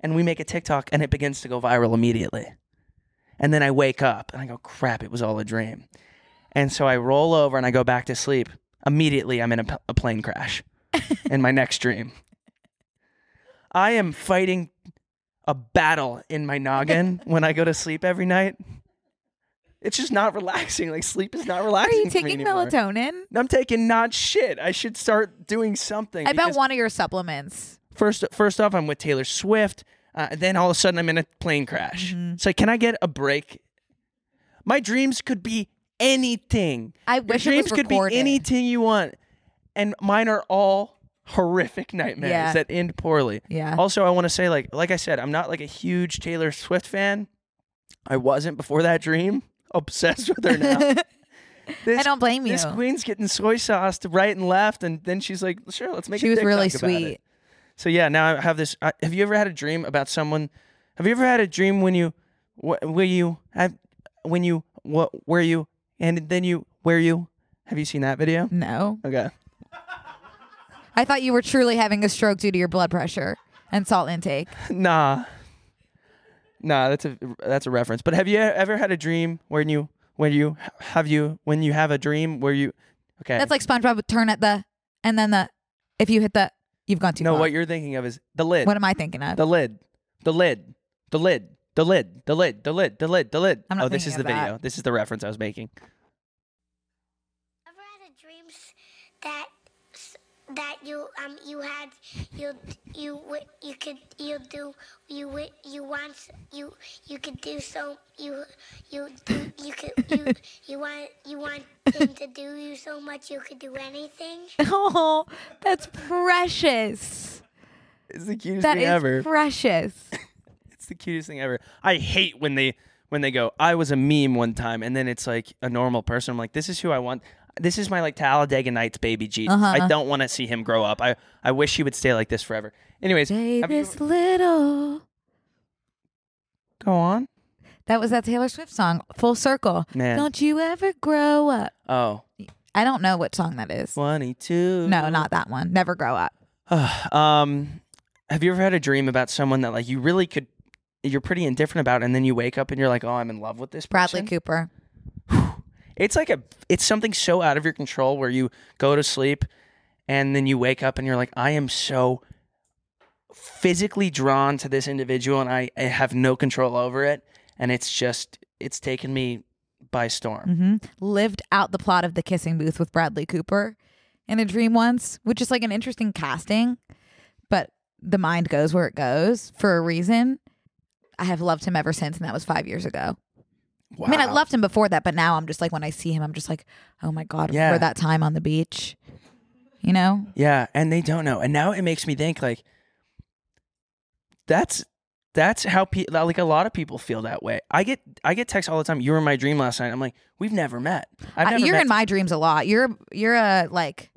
[SPEAKER 3] and we make a TikTok and it begins to go viral immediately. And then I wake up and I go, crap, it was all a dream. And so I roll over and I go back to sleep. Immediately, I'm in a, p- a plane crash in my next dream. I am fighting a battle in my noggin when I go to sleep every night. It's just not relaxing. Like sleep is not
[SPEAKER 2] Are
[SPEAKER 3] relaxing.
[SPEAKER 2] you
[SPEAKER 3] for me
[SPEAKER 2] taking
[SPEAKER 3] anymore.
[SPEAKER 2] melatonin?
[SPEAKER 3] I'm taking not shit. I should start doing something.
[SPEAKER 2] I bet
[SPEAKER 3] because
[SPEAKER 2] one of your supplements.
[SPEAKER 3] First, first off, I'm with Taylor Swift. Uh, then all of a sudden, I'm in a plane crash.
[SPEAKER 2] Mm-hmm.
[SPEAKER 3] So can I get a break? My dreams could be anything.
[SPEAKER 2] I
[SPEAKER 3] Your
[SPEAKER 2] wish it was
[SPEAKER 3] dreams could
[SPEAKER 2] recorded.
[SPEAKER 3] be anything you want, and mine are all horrific nightmares
[SPEAKER 2] Yeah.
[SPEAKER 3] that end poorly.
[SPEAKER 2] Yeah.
[SPEAKER 3] Also, I want to say, like, like I said, I'm not like a huge Taylor Swift fan. I wasn't before that dream. Obsessed with her now. This-
[SPEAKER 2] I don't blame you.
[SPEAKER 3] This queen's getting soy sauce to right and left, and then she's like, "Sure, let's make."
[SPEAKER 2] She
[SPEAKER 3] a
[SPEAKER 2] was really
[SPEAKER 3] TikTok about it."
[SPEAKER 2] sweet.
[SPEAKER 3] So yeah, now I have this. I, have you ever had a dream about someone? Have you ever had a dream when you, wh- where you, have, when you, what, where you, and then you, where you? Have you seen that video?
[SPEAKER 2] No.
[SPEAKER 3] Okay.
[SPEAKER 2] I thought you were truly having a stroke due to your blood pressure and salt intake.
[SPEAKER 3] Nah. Nah, that's a that's a reference. But have you e, ever had a dream when you when you have you when you have a dream where you? Okay.
[SPEAKER 2] That's like SpongeBob would turn at the and then the if you hit the you've gone too
[SPEAKER 3] no.
[SPEAKER 2] far.
[SPEAKER 3] What you're thinking of is the lid.
[SPEAKER 2] what am I thinking of?
[SPEAKER 3] the lid, the lid, the lid, the lid, the lid, the lid, the lid, the lid.
[SPEAKER 2] I'm not
[SPEAKER 3] oh, this is the
[SPEAKER 2] thinking of
[SPEAKER 3] video.
[SPEAKER 2] that.
[SPEAKER 3] This is the reference I was making.
[SPEAKER 7] Ever had a dreams that s- that you um you had you you wi- you could you do you wi- you want s- you you could do so you you do, you could you you want you want him to do you so much you could do anything.
[SPEAKER 2] oh, that's precious.
[SPEAKER 3] It's the cutest
[SPEAKER 2] That
[SPEAKER 3] thing
[SPEAKER 2] is
[SPEAKER 3] ever.
[SPEAKER 2] precious.
[SPEAKER 3] it's the cutest thing ever. I hate when they when they go, I was a meme one time, and then it's like a normal person. I'm like, this is who I want. This is my like Talladega Nights baby Jesus.
[SPEAKER 2] Uh-huh.
[SPEAKER 3] I don't want to see him grow up. I, I wish he would stay like this forever. Anyways,
[SPEAKER 2] Day
[SPEAKER 3] have you-
[SPEAKER 2] this little.
[SPEAKER 3] go on.
[SPEAKER 2] That was that Taylor Swift song, Full Circle.
[SPEAKER 3] Man.
[SPEAKER 2] Don't you ever grow up.
[SPEAKER 3] Oh,
[SPEAKER 2] I don't know what song that is.
[SPEAKER 3] 22.
[SPEAKER 2] No, not that one. Never grow up.
[SPEAKER 3] um, have you ever had a dream about someone that like you really could, you're pretty indifferent about, and then you wake up and you're like, oh, I'm in love with this
[SPEAKER 2] Bradley
[SPEAKER 3] person?
[SPEAKER 2] Cooper.
[SPEAKER 3] It's like a it's something so out of your control where you go to sleep and then you wake up and you're like, I am so physically drawn to this individual and I, I have no control over it. And it's just it's taken me by storm.
[SPEAKER 2] hmm Lived out the plot of The Kissing Booth with Bradley Cooper in a dream once, which is like an interesting casting, but the mind goes where it goes for a reason. I have loved him ever since, and that was five years ago. Mm.
[SPEAKER 3] Wow.
[SPEAKER 2] I mean, I loved him before that, but now I'm just like, when I see him, I'm just like, oh my God,
[SPEAKER 3] Yeah.
[SPEAKER 2] for that time on the beach, you know?
[SPEAKER 3] Yeah, and they don't know. And now it makes me think like that's that's how pe- like a lot of people feel that way. I get I get texts all the time. You were in my dream last night. I'm like, we've never met. I've
[SPEAKER 2] I-
[SPEAKER 3] never
[SPEAKER 2] Uh, you're
[SPEAKER 3] met
[SPEAKER 2] in my dreams a lot. You're you're a like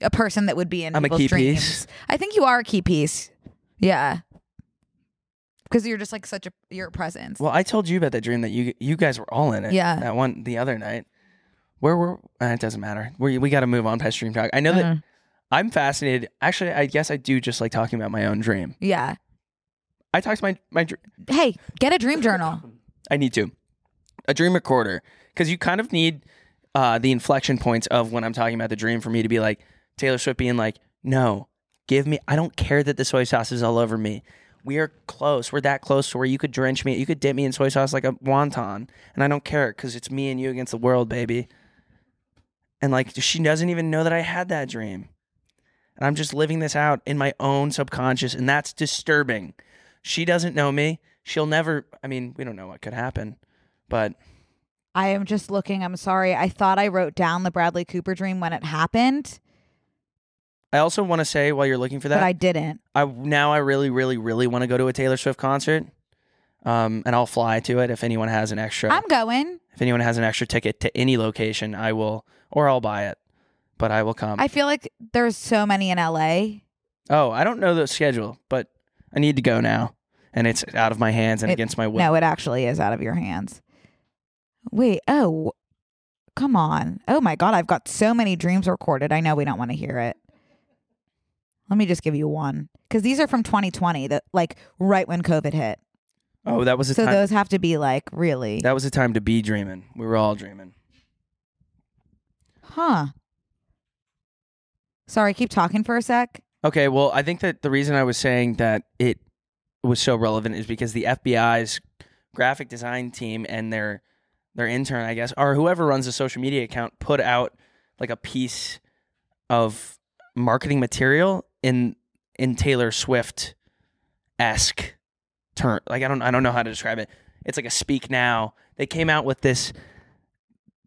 [SPEAKER 2] a person that would be in
[SPEAKER 3] I'm a
[SPEAKER 2] people's
[SPEAKER 3] key
[SPEAKER 2] dreams.
[SPEAKER 3] piece.
[SPEAKER 2] I think you are a key piece. Yeah. Because you're just like such a your presence.
[SPEAKER 3] Well, I told you about that dream that you you guys were all in it.
[SPEAKER 2] Yeah.
[SPEAKER 3] That one the other night. Where were uh, it doesn't matter. We we got to move on past dream talk. I know that
[SPEAKER 2] Mhm.
[SPEAKER 3] I'm fascinated. Actually, I guess I do just like talking about my own dream.
[SPEAKER 2] yeah.
[SPEAKER 3] I talked to my my dr-
[SPEAKER 2] Hey, get a dream journal.
[SPEAKER 3] I need to a dream recorder cuz you kind of need uh, the inflection points of when I'm talking about the dream for me to be like Taylor Swift being like, "No, give me I don't care that the soy sauce is all over me." We are close. We're that close to where you could drench me. You could dip me in soy sauce like a wonton, and I don't care because it's me and you against the world, baby. And like she doesn't even know that I had that dream, and I'm just living this out in my own subconscious, and that's disturbing. She doesn't know me. She'll never. I mean, we don't know what could happen, but
[SPEAKER 2] I am just looking. I'm sorry. I thought I wrote down the Bradley Cooper dream when it happened,
[SPEAKER 3] I also want to say while you're looking for that,
[SPEAKER 2] but I didn't.
[SPEAKER 3] I now I really, really, really want to go to a Taylor Swift concert. Um, and I'll fly to it if anyone has an extra.
[SPEAKER 2] I'm going.
[SPEAKER 3] if anyone has an extra ticket to any location, I will, or I'll buy it, but I will come.
[SPEAKER 2] I feel like there's so many in LA.
[SPEAKER 3] oh, I don't know the schedule, but I need to go now, and it's out of my hands
[SPEAKER 2] It-
[SPEAKER 3] and against my will.
[SPEAKER 2] No, it actually is out of your hands. Wait, oh, come on. Oh my God, I've got so many dreams recorded. I know we don't want to hear it. Let me just give you one because these are from 2020, that like right when COVID hit.
[SPEAKER 3] Oh, that was a
[SPEAKER 2] So
[SPEAKER 3] time.
[SPEAKER 2] those have to be like really,
[SPEAKER 3] that was a time to be dreaming. We were all dreaming.
[SPEAKER 2] huh? Sorry, keep talking for a sec.
[SPEAKER 3] Okay, well, I think that the reason I was saying that it was so relevant is because the FBI's graphic design team and their their intern, I guess, or whoever runs the social media account, put out like a piece of marketing material in in Taylor Swift esque turn. Like I don't I don't know how to describe it. It's like a speak now. They came out with this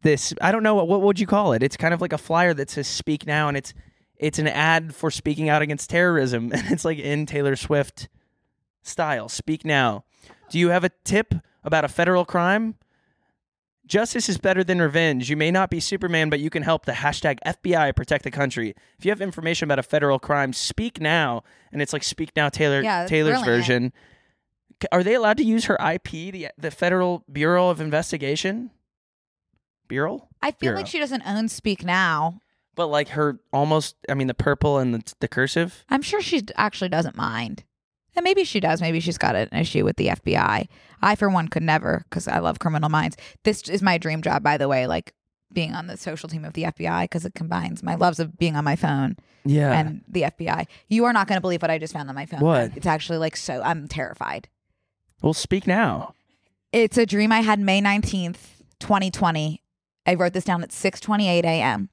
[SPEAKER 3] this I don't know what what would you call it. It's kind of like a flyer that says speak now, and it's it's an ad for speaking out against terrorism, and it's like in Taylor Swift style. Speak now. Do you have a tip about a federal crime? Justice is better than revenge. You may not be Superman, but you can help the hashtag FBI protect the country. If you have information about a federal crime, speak now. And it's like speak now Taylor
[SPEAKER 2] Yeah, that's
[SPEAKER 3] Taylor's
[SPEAKER 2] brilliant.
[SPEAKER 3] version. C- Are they allowed to use her IP, the, the Federal Bureau of Investigation? Bureau?
[SPEAKER 2] I feel
[SPEAKER 3] Bureau.
[SPEAKER 2] like she doesn't own Speak Now.
[SPEAKER 3] But like her almost, I mean, the purple and the, the cursive.
[SPEAKER 2] I'm sure she d- actually doesn't mind. And maybe she does. Maybe she's got an issue with the FBI. I, for one, could never because I love criminal minds. This is my dream job, by the way, like being on the social team of the FBI because it combines my loves of being on my phone
[SPEAKER 3] Yeah.
[SPEAKER 2] and the FBI. You are not going to believe what I just found on my phone.
[SPEAKER 3] What?
[SPEAKER 2] It's actually like so, I'm terrified.
[SPEAKER 3] Well, speak now.
[SPEAKER 2] It's a dream I had May 19th, 2020. I wrote this down at 6:28 a.m.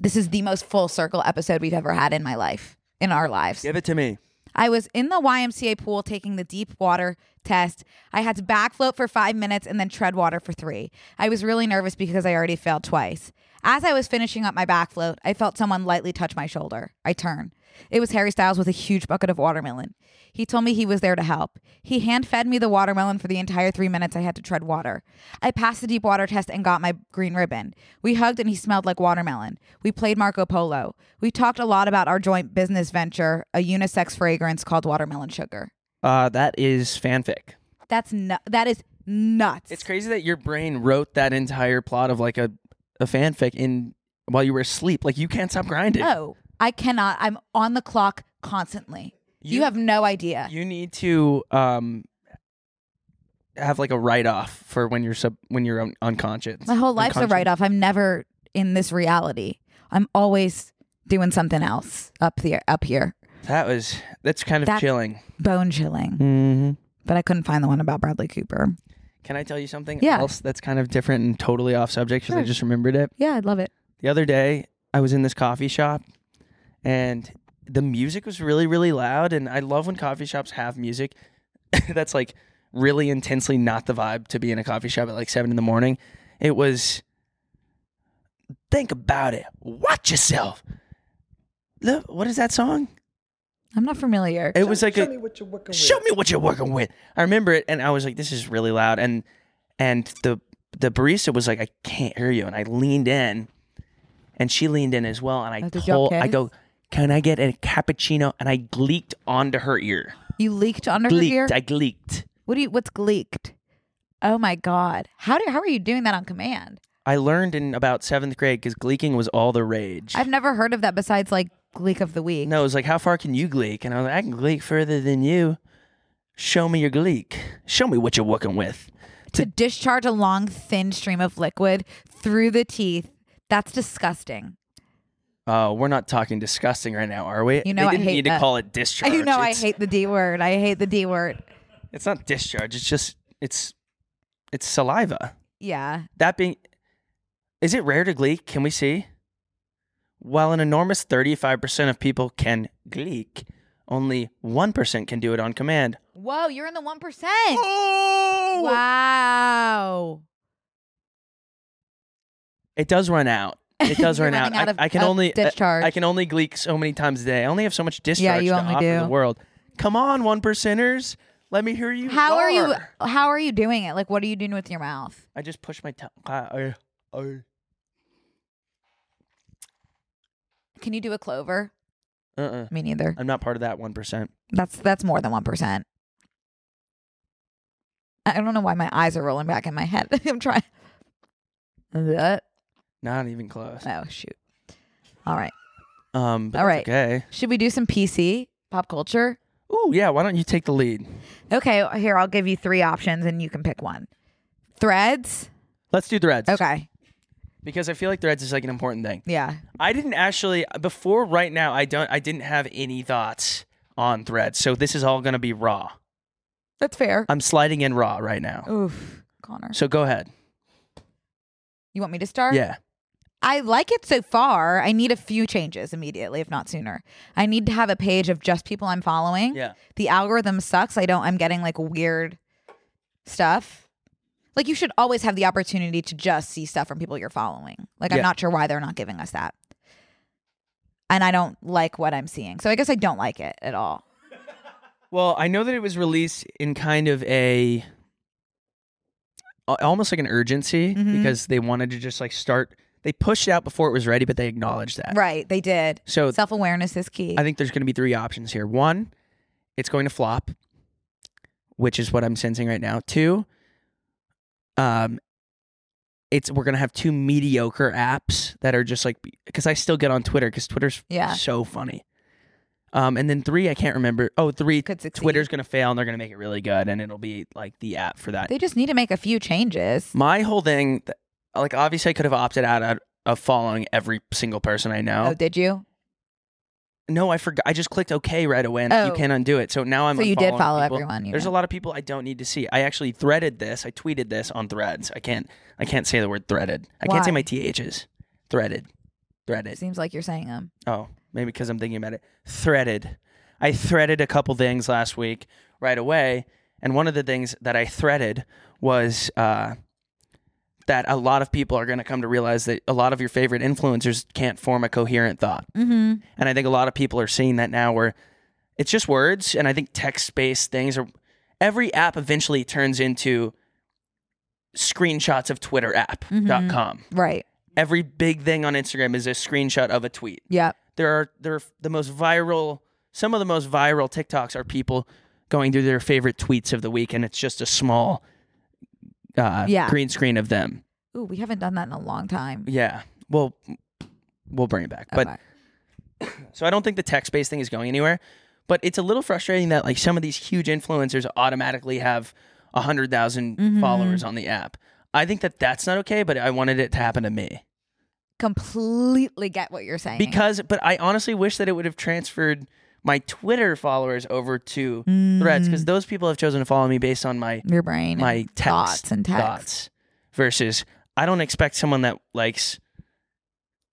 [SPEAKER 2] This is the most full circle episode we've ever had in my life, in our lives.
[SPEAKER 3] Give it to me.
[SPEAKER 2] I was in the YMCA pool taking the deep water test. I had to back float for five minutes and then tread water for three. I was really nervous because I already failed twice. As I was finishing up my back float, I felt someone lightly touch my shoulder. I turn. It was Harry Styles with a huge bucket of watermelon. He told me he was there to help. He hand fed me the watermelon for the entire three minutes I had to tread water. I passed the deep water test and got my green ribbon. We hugged and he smelled like watermelon. We played Marco Polo. We talked a lot about our joint business venture, a unisex fragrance called watermelon sugar.
[SPEAKER 3] Uh, that is fanfic.
[SPEAKER 2] That's nu- that is nuts.
[SPEAKER 3] It's crazy that your brain wrote that entire plot of like a, a fanfic in while you were asleep. Like you can't stop grinding.
[SPEAKER 2] Oh, I cannot. I'm on the clock constantly. You,
[SPEAKER 3] You-
[SPEAKER 2] have no idea.
[SPEAKER 3] You need to um have like a write off for when you're sub when you're un- unconscious.
[SPEAKER 2] My whole life's a
[SPEAKER 3] Unconscious.
[SPEAKER 2] write off. I'm never in this reality. I'm always doing something else up here. Up here,
[SPEAKER 3] That was that's kind of
[SPEAKER 2] That-
[SPEAKER 3] chilling.
[SPEAKER 2] bone chilling.
[SPEAKER 3] Mm-hmm.
[SPEAKER 2] But I couldn't find the one about Bradley Cooper.
[SPEAKER 3] Can I tell you something
[SPEAKER 2] Yeah.
[SPEAKER 3] else that's kind of different and totally off subject? Because I
[SPEAKER 2] Sure.
[SPEAKER 3] just remembered it.
[SPEAKER 2] Yeah, I'd love it.
[SPEAKER 3] the other day I was in this coffee shop and the music was really really loud and I love when coffee shops have music that's like really intensely not the vibe to be in a coffee shop at like 7 in the morning. It was think about it. Watch yourself. Look, what is that song?
[SPEAKER 2] I'm not familiar.
[SPEAKER 3] It was like
[SPEAKER 5] show
[SPEAKER 3] a
[SPEAKER 5] me what you're working
[SPEAKER 3] Show
[SPEAKER 5] with.
[SPEAKER 3] me what you're working with. I remember it, and I was like, "This is really loud." And and the the barista was like, "I can't hear you." And I leaned in, and she leaned in as well. And I
[SPEAKER 2] Oh, did y'all
[SPEAKER 3] told, I
[SPEAKER 2] kiss?
[SPEAKER 3] go, "Can I get a cappuccino?" And I leaked onto her ear.
[SPEAKER 2] you leaked under
[SPEAKER 3] Gleeked.
[SPEAKER 2] your ear.
[SPEAKER 3] I leaked.
[SPEAKER 2] What do you? What's leaked? Oh my god! How do? How are you doing that on command?
[SPEAKER 3] I learned in about seventh grade because gleeking was all the rage.
[SPEAKER 2] I've never heard of that besides like leak of the week.
[SPEAKER 3] no, it was like, "How far can you gleek?" And I was like, "I can gleek further than you." Show me your gleek. Show me what you're working with.
[SPEAKER 2] to discharge a long thin stream of liquid through the teeth. That's disgusting.
[SPEAKER 3] Oh, we're not talking disgusting right now, are we?
[SPEAKER 2] You know,
[SPEAKER 3] they
[SPEAKER 2] I
[SPEAKER 3] didn't
[SPEAKER 2] hate
[SPEAKER 3] need to
[SPEAKER 2] that.
[SPEAKER 3] call it discharge.
[SPEAKER 2] You know, I
[SPEAKER 3] It's-
[SPEAKER 2] hate the D word. I hate the D word.
[SPEAKER 3] It's not discharge. It's just it's it's saliva.
[SPEAKER 2] Yeah.
[SPEAKER 3] That being, is it rare to gleek? Can we see? While an enormous thirty-five percent of people can gleek, only one percent can do it on command.
[SPEAKER 2] Whoa, you're in the 1%.
[SPEAKER 3] Oh!
[SPEAKER 2] Wow.
[SPEAKER 3] It does run out. It does
[SPEAKER 2] You're
[SPEAKER 3] run out.
[SPEAKER 2] running out
[SPEAKER 3] I,
[SPEAKER 2] of-
[SPEAKER 3] I can
[SPEAKER 2] of
[SPEAKER 3] only I-
[SPEAKER 2] discharge.
[SPEAKER 3] I, can only gleek so many times a day. I only have so much discharge
[SPEAKER 2] you
[SPEAKER 3] to
[SPEAKER 2] only
[SPEAKER 3] offer
[SPEAKER 2] do.
[SPEAKER 3] the world. Come on, one percenters. Let me hear you.
[SPEAKER 2] How are you
[SPEAKER 3] roar.
[SPEAKER 2] how are you doing it? Like what are you doing with your mouth?
[SPEAKER 3] I just push my tongue. I, I, I-
[SPEAKER 2] Can you do a clover?
[SPEAKER 3] uh-uh.
[SPEAKER 2] Me neither.
[SPEAKER 3] I'm not part of that one percent.
[SPEAKER 2] That's that's more than 1%. I I don't know why my eyes are rolling back in my head. I'm trying. Uh,
[SPEAKER 3] Not even close.
[SPEAKER 2] Oh shoot. All right.
[SPEAKER 3] Um, but
[SPEAKER 2] All right.
[SPEAKER 3] that's Okay.
[SPEAKER 2] Should we do some PC pop culture?
[SPEAKER 3] Ooh, yeah. Why don't you take the lead?
[SPEAKER 2] Okay, here I'll give you three options and you can pick one. Threads.
[SPEAKER 3] Let's do Threads.
[SPEAKER 2] Okay.
[SPEAKER 3] Because I feel like Threads is like an important thing.
[SPEAKER 2] Yeah.
[SPEAKER 3] I didn't actually before right now. I don't. I didn't have any thoughts on Threads. So this is all gonna be raw.
[SPEAKER 2] That's fair.
[SPEAKER 3] I'm sliding in raw right now.
[SPEAKER 2] Oof, Connor.
[SPEAKER 3] So go ahead.
[SPEAKER 2] You want me to start?
[SPEAKER 3] Yeah.
[SPEAKER 2] I like it so far. I need a few changes immediately, if not sooner. I need to have a page of just people I'm following.
[SPEAKER 3] Yeah.
[SPEAKER 2] The algorithm sucks. I don't I'm getting like weird stuff. Like you should always have the opportunity to just see stuff from people you're following. Like
[SPEAKER 3] Yeah.
[SPEAKER 2] I'm not sure why they're not giving us that. And I don't like what I'm seeing. So I guess I don't like it at all.
[SPEAKER 3] Well, I know that it was released in kind of a al- almost like an urgency
[SPEAKER 2] Mhm.
[SPEAKER 3] because they wanted to just like start. They pushed it out before it was ready, but they acknowledged that.
[SPEAKER 2] Right. They did.
[SPEAKER 3] Uh, So
[SPEAKER 2] Self awareness is key.
[SPEAKER 3] I think there's going to be three options here. One, it's going to flop, which is what I'm sensing right now. Two, um, it's we're going to have two mediocre apps that are just like because I still get on Twitter because Twitter's
[SPEAKER 2] Yeah.
[SPEAKER 3] so funny. Um, and then three, I can't remember. Oh, three,
[SPEAKER 2] Could succeed.
[SPEAKER 3] Twitter's going to fail and they're going to make it really good, and it'll be like the app for that.
[SPEAKER 2] they just need to make a few changes.
[SPEAKER 3] My whole thing, th- like obviously, I could have opted out of- of following every single person I know.
[SPEAKER 2] Oh, did you?
[SPEAKER 3] No, I forgot. I just clicked OK right away, and you
[SPEAKER 2] Oh.
[SPEAKER 3] can undo it. So now I'm.
[SPEAKER 2] So you did
[SPEAKER 3] unfollowing
[SPEAKER 2] follow
[SPEAKER 3] people.
[SPEAKER 2] everyone, you
[SPEAKER 3] There's a
[SPEAKER 2] know.
[SPEAKER 3] lot of people I don't need to see. I actually threaded this. I tweeted this on Threads. I can't. I can't say the word threaded. I can't say
[SPEAKER 2] Why?
[SPEAKER 3] my ths. Threaded,
[SPEAKER 2] It
[SPEAKER 3] threaded.
[SPEAKER 2] seems like you're saying them.
[SPEAKER 3] Oh, maybe because I'm thinking about it. Threaded. I threaded a couple things last week right away, and one of the things that I threaded was uh, that a lot of people are going to come to realize that a lot of your favorite influencers can't form a coherent thought.
[SPEAKER 2] Mm-hmm.
[SPEAKER 3] And I think a lot of people are seeing that now where it's just words. And I think text based things are every app eventually turns into screenshots of Twitter app.com.
[SPEAKER 2] Mhm. Right.
[SPEAKER 3] Every big thing on Instagram is a screenshot of a tweet.
[SPEAKER 2] Yep.
[SPEAKER 3] There are there are the most viral some of the most viral TikToks are people going through their favorite tweets of the week and it's just a small uh,
[SPEAKER 2] Yeah.
[SPEAKER 3] green screen of them.
[SPEAKER 2] Ooh, we haven't done that in a long time.
[SPEAKER 3] Yeah. Well we'll bring it back. But
[SPEAKER 2] Okay.
[SPEAKER 3] So I don't think the text based thing is going anywhere, but it's a little frustrating that like some of these huge influencers automatically have 100,000
[SPEAKER 2] Mhm.
[SPEAKER 3] followers on the app. I think that that's not okay, but I wanted it to happen to me.
[SPEAKER 2] completely get what you're saying.
[SPEAKER 3] Because but I honestly wish that it would have transferred my Twitter followers over to
[SPEAKER 2] Mm.
[SPEAKER 3] Threads because those people have chosen to follow me based on my
[SPEAKER 2] your brain,
[SPEAKER 3] my
[SPEAKER 2] and
[SPEAKER 3] text,
[SPEAKER 2] thoughts and text.
[SPEAKER 3] thoughts versus I don't expect someone that likes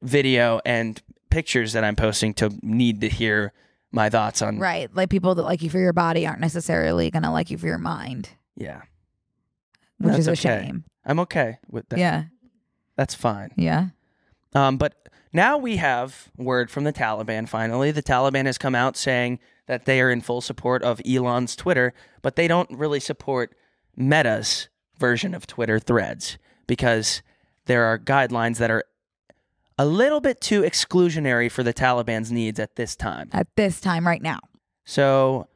[SPEAKER 3] video and pictures that I'm posting to need to hear my thoughts on
[SPEAKER 2] Right, like people that like you for your body aren't necessarily gonna like you for your mind,
[SPEAKER 3] Yeah,
[SPEAKER 2] which
[SPEAKER 3] That's
[SPEAKER 2] is a
[SPEAKER 3] okay.
[SPEAKER 2] shame.
[SPEAKER 3] I'm okay with that.
[SPEAKER 2] Yeah,
[SPEAKER 3] that's fine.
[SPEAKER 2] yeah.
[SPEAKER 3] Um, but now we have word from the Taliban. Finally, the Taliban has come out saying that they are in full support of Elon's Twitter, but they don't really support Meta's version of Twitter Threads because there are guidelines that are a little bit too exclusionary for the Taliban's needs at this time.
[SPEAKER 2] At this time, right now,
[SPEAKER 3] So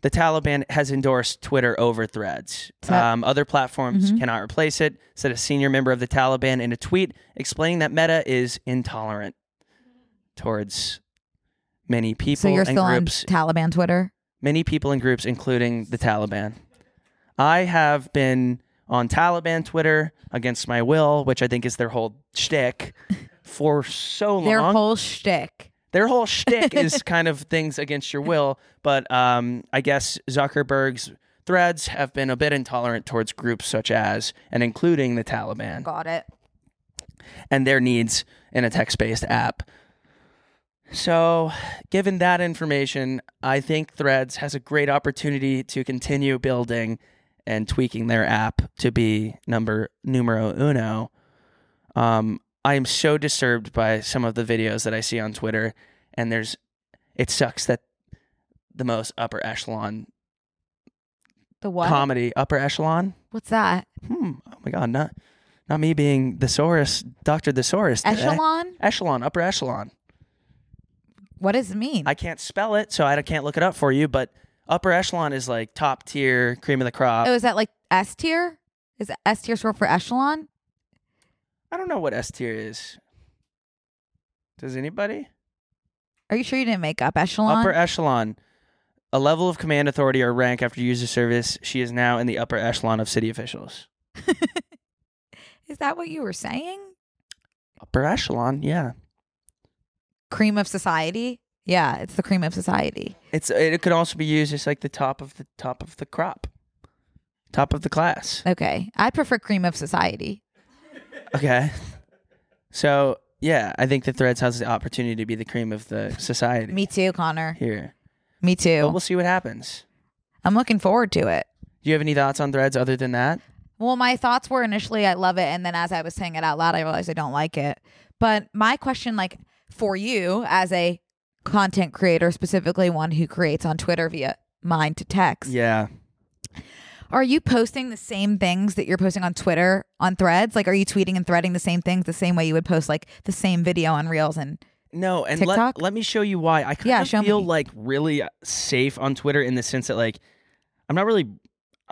[SPEAKER 3] the Taliban has endorsed Twitter over threads.
[SPEAKER 2] So-
[SPEAKER 3] Um, other platforms
[SPEAKER 2] Mhm.
[SPEAKER 3] cannot replace it, said a senior member of the Taliban in a tweet explaining that Meta is intolerant towards many people
[SPEAKER 2] so you're
[SPEAKER 3] and
[SPEAKER 2] still on
[SPEAKER 3] groups,
[SPEAKER 2] Taliban Twitter.
[SPEAKER 3] many people and groups, including the Taliban. I have been on Taliban Twitter against my will, which I think is their whole shtick, for so long
[SPEAKER 2] Their whole shtick.
[SPEAKER 3] their whole shtick is kind of things against your will. But um, I guess Zuckerberg's threads have been a bit intolerant towards groups such as and including the Taliban
[SPEAKER 2] Got it.
[SPEAKER 3] and their needs in a text-based app. So, given that information, I think Threads has a great opportunity to continue building and tweaking their app to be number numero uno. Um, I am so disturbed by some of the videos that I see on Twitter, and there's it sucks that the most upper echelon
[SPEAKER 2] The what?
[SPEAKER 3] comedy, upper echelon.
[SPEAKER 2] What's that?
[SPEAKER 3] Hmm. Oh my God, not not me being thesaurus, Doctor Thesaurus. today.
[SPEAKER 2] Echelon.
[SPEAKER 3] Echelon, upper echelon.
[SPEAKER 2] What does it mean?
[SPEAKER 3] I can't spell it, so I can't look it up for you, but upper echelon is like top tier, cream of the crop.
[SPEAKER 2] oh, is that like S tier? Is S tier short for echelon?
[SPEAKER 3] I don't know what S tier is. Does anybody?
[SPEAKER 2] Are you sure you didn't make up echelon?
[SPEAKER 3] Upper echelon, a level of command authority or rank after user service. She is now in the upper echelon of city officials. E
[SPEAKER 2] Is that what you were saying?
[SPEAKER 3] Upper echelon, yeah.
[SPEAKER 2] Cream of society? Yeah, it's the cream of society.
[SPEAKER 3] It's it could also be used as like the top of the top of the crop, top of the class.
[SPEAKER 2] Okay. I prefer cream of society.
[SPEAKER 3] Okay. So yeah, I think the Threads has the opportunity to be the cream of the society
[SPEAKER 2] Me too, Connor.
[SPEAKER 3] here.
[SPEAKER 2] Me
[SPEAKER 3] But
[SPEAKER 2] too.
[SPEAKER 3] we'll see what happens.
[SPEAKER 2] I'm looking forward to it.
[SPEAKER 3] Do you have any thoughts on Threads other than that?
[SPEAKER 2] Well, my thoughts were initially I love it, and then as I was saying it out loud, I realized I don't like it. But my question, like for you as a content creator, specifically one who creates on Twitter via mind to text,
[SPEAKER 3] Yeah.
[SPEAKER 2] are you posting the same things that you're posting on Twitter on Threads? Like, are you tweeting and threading the same things the same way you would post like the same video on Reels? And
[SPEAKER 3] No, and
[SPEAKER 2] TikTok?
[SPEAKER 3] let, let me show you why. I kind
[SPEAKER 2] Yeah,
[SPEAKER 3] of
[SPEAKER 2] show
[SPEAKER 3] feel
[SPEAKER 2] me.
[SPEAKER 3] like really uh, safe on Twitter in the sense that like I'm not really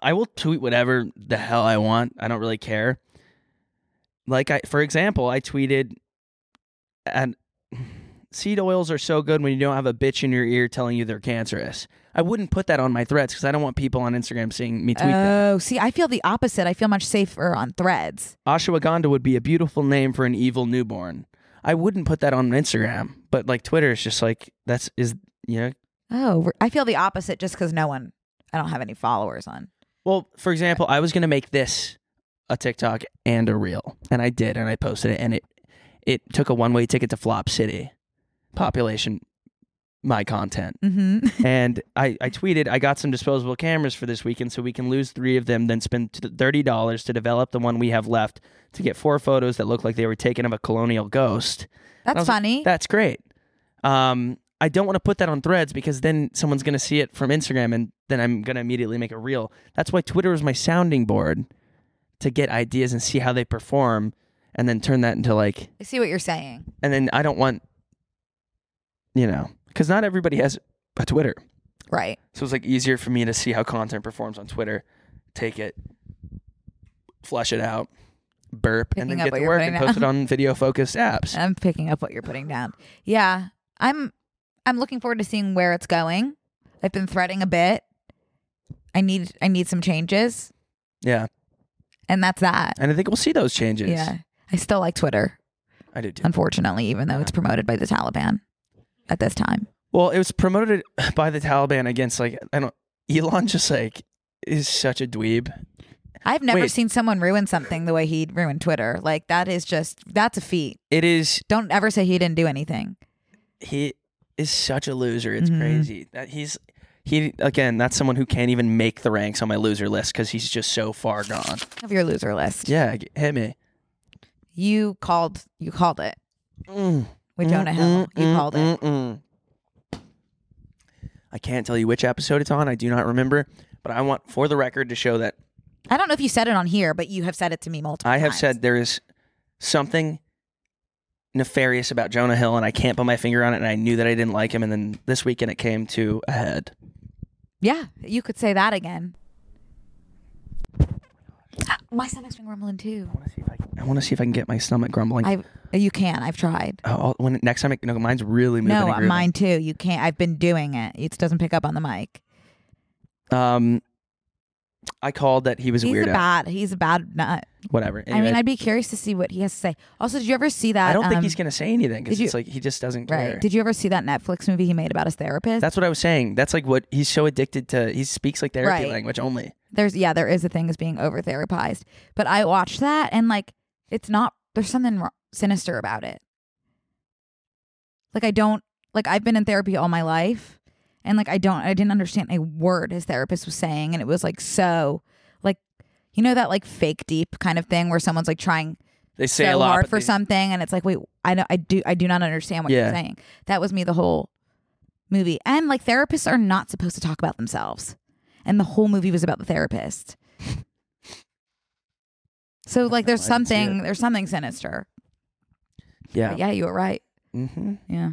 [SPEAKER 3] I will tweet whatever the hell I want. I don't really care. Like I for example, I tweeted and seed oils are so good when you don't have a bitch in your ear telling you they're cancerous. I wouldn't put that on my threads because I don't want people on Instagram seeing me tweet that.
[SPEAKER 2] oh, see, I feel the opposite. I feel much safer on Threads.
[SPEAKER 3] Ashwagandha would be a beautiful name for an evil newborn. I wouldn't put that on Instagram, but like Twitter is just like that's is you know
[SPEAKER 2] Oh, we're- I feel the opposite just because no one, I don't have any followers on.
[SPEAKER 3] Well, for example, I was gonna make this a TikTok and a reel, and I did, and I posted it, and it it took a one way ticket to Flop City, population, my content,
[SPEAKER 2] Mm-hmm.
[SPEAKER 3] and I I tweeted I got some disposable cameras for this weekend, so we can lose three of them, then spend t- thirty dollars to develop the one we have left to get four photos that look like they were taken of a colonial ghost. And I
[SPEAKER 2] That's
[SPEAKER 3] was like,
[SPEAKER 2] funny.
[SPEAKER 3] That's great. Um, I don't want to put that on threads because then someone's going to see it from Instagram and then I'm going to immediately make a reel. That's why Twitter is my sounding board to get ideas and see how they perform and then turn that into like,
[SPEAKER 2] I see what you're saying.
[SPEAKER 3] and then I don't want, you know, because not everybody has a Twitter.
[SPEAKER 2] Right.
[SPEAKER 3] So it's like easier for me to see how content performs on Twitter, take it, flush it out, burp,
[SPEAKER 2] Picking
[SPEAKER 3] and then
[SPEAKER 2] up
[SPEAKER 3] get
[SPEAKER 2] what
[SPEAKER 3] to
[SPEAKER 2] you're
[SPEAKER 3] work
[SPEAKER 2] putting
[SPEAKER 3] and
[SPEAKER 2] down.
[SPEAKER 3] post it on video focused apps.
[SPEAKER 2] I'm picking up what you're putting down. Yeah. I'm I'm looking forward to seeing where it's going. I've been threading a bit. I need I need some changes.
[SPEAKER 3] Yeah.
[SPEAKER 2] And that's that.
[SPEAKER 3] And I think we'll see those changes.
[SPEAKER 2] Yeah. I still like Twitter,
[SPEAKER 3] I do too.
[SPEAKER 2] unfortunately, even though it's promoted by the Taliban at this time.
[SPEAKER 3] Well, it was promoted by the Taliban against like I don't Elon just like is such a dweeb.
[SPEAKER 2] I've never
[SPEAKER 3] Wait.
[SPEAKER 2] seen someone ruin something the way he ruined Twitter. Like that is just that's a feat.
[SPEAKER 3] It is
[SPEAKER 2] Don't ever say he didn't do anything.
[SPEAKER 3] he is such a loser. It's
[SPEAKER 2] Mhm.
[SPEAKER 3] crazy. That he's he again, that's someone who can't even make the ranks on my loser list cuz he's just so far gone.
[SPEAKER 2] Of your loser list.
[SPEAKER 3] Yeah, g- hit me.
[SPEAKER 2] You called you called it
[SPEAKER 3] Mm,
[SPEAKER 2] with
[SPEAKER 3] mm,
[SPEAKER 2] Jonah Hill.
[SPEAKER 3] mm,
[SPEAKER 2] You
[SPEAKER 3] mm,
[SPEAKER 2] called it.
[SPEAKER 3] mm, mm. I can't tell you which episode it's on. I do not remember, but I want for the record to show that
[SPEAKER 2] I don't know if you said it on here, but you have said it to me multiple
[SPEAKER 3] I have
[SPEAKER 2] times.
[SPEAKER 3] said there is something nefarious about Jonah Hill, and I can't put my finger on it. And I knew that I didn't like him, and then this weekend it came to a head.
[SPEAKER 2] Yeah, you could say that again. Ah, My stomach's been rumbling too.
[SPEAKER 3] I want to see if I can get my stomach grumbling.
[SPEAKER 2] I you can. I've tried.
[SPEAKER 3] oh, oh, when next time, I, no, mine's really moving.
[SPEAKER 2] No, uh,
[SPEAKER 3] and grooving.
[SPEAKER 2] mine too. You can't. I've been doing it. It doesn't pick up on the mic.
[SPEAKER 3] Um, I called that he was a
[SPEAKER 2] he's
[SPEAKER 3] weirdo.
[SPEAKER 2] a bad. He's a bad nut.
[SPEAKER 3] Whatever.
[SPEAKER 2] I mean,
[SPEAKER 3] Anyway,
[SPEAKER 2] I'd be curious to see what he has to say. Also, did you ever see that?
[SPEAKER 3] I don't think
[SPEAKER 2] um,
[SPEAKER 3] he's gonna say anything because
[SPEAKER 2] did
[SPEAKER 3] it's
[SPEAKER 2] you-
[SPEAKER 3] like he just doesn't
[SPEAKER 2] Right.
[SPEAKER 3] care.
[SPEAKER 2] Did you ever see that Netflix movie he made about his therapist?
[SPEAKER 3] That's what I was saying. That's like what he's so addicted to. He speaks like therapy
[SPEAKER 2] Right.
[SPEAKER 3] language only.
[SPEAKER 2] there's yeah, there is a thing as being over therapized. But I watched that and like it's not there's something wr- sinister about it. Like I don't like I've been in therapy all my life and like I don't I didn't understand a word his therapist was saying and it was like so like you know that like fake deep kind of thing where someone's like trying
[SPEAKER 3] They say
[SPEAKER 2] so
[SPEAKER 3] a lot
[SPEAKER 2] hard
[SPEAKER 3] but
[SPEAKER 2] for
[SPEAKER 3] they-
[SPEAKER 2] something and it's like wait I know I do I do not understand what
[SPEAKER 3] Yeah.
[SPEAKER 2] you're saying. That was me the whole movie. And like therapists are not supposed to talk about themselves. And the whole movie was about the therapist. So like there's
[SPEAKER 3] I didn't see
[SPEAKER 2] something there's something sinister.
[SPEAKER 3] Yeah.
[SPEAKER 2] But yeah, you were right.
[SPEAKER 3] hmm
[SPEAKER 2] Yeah.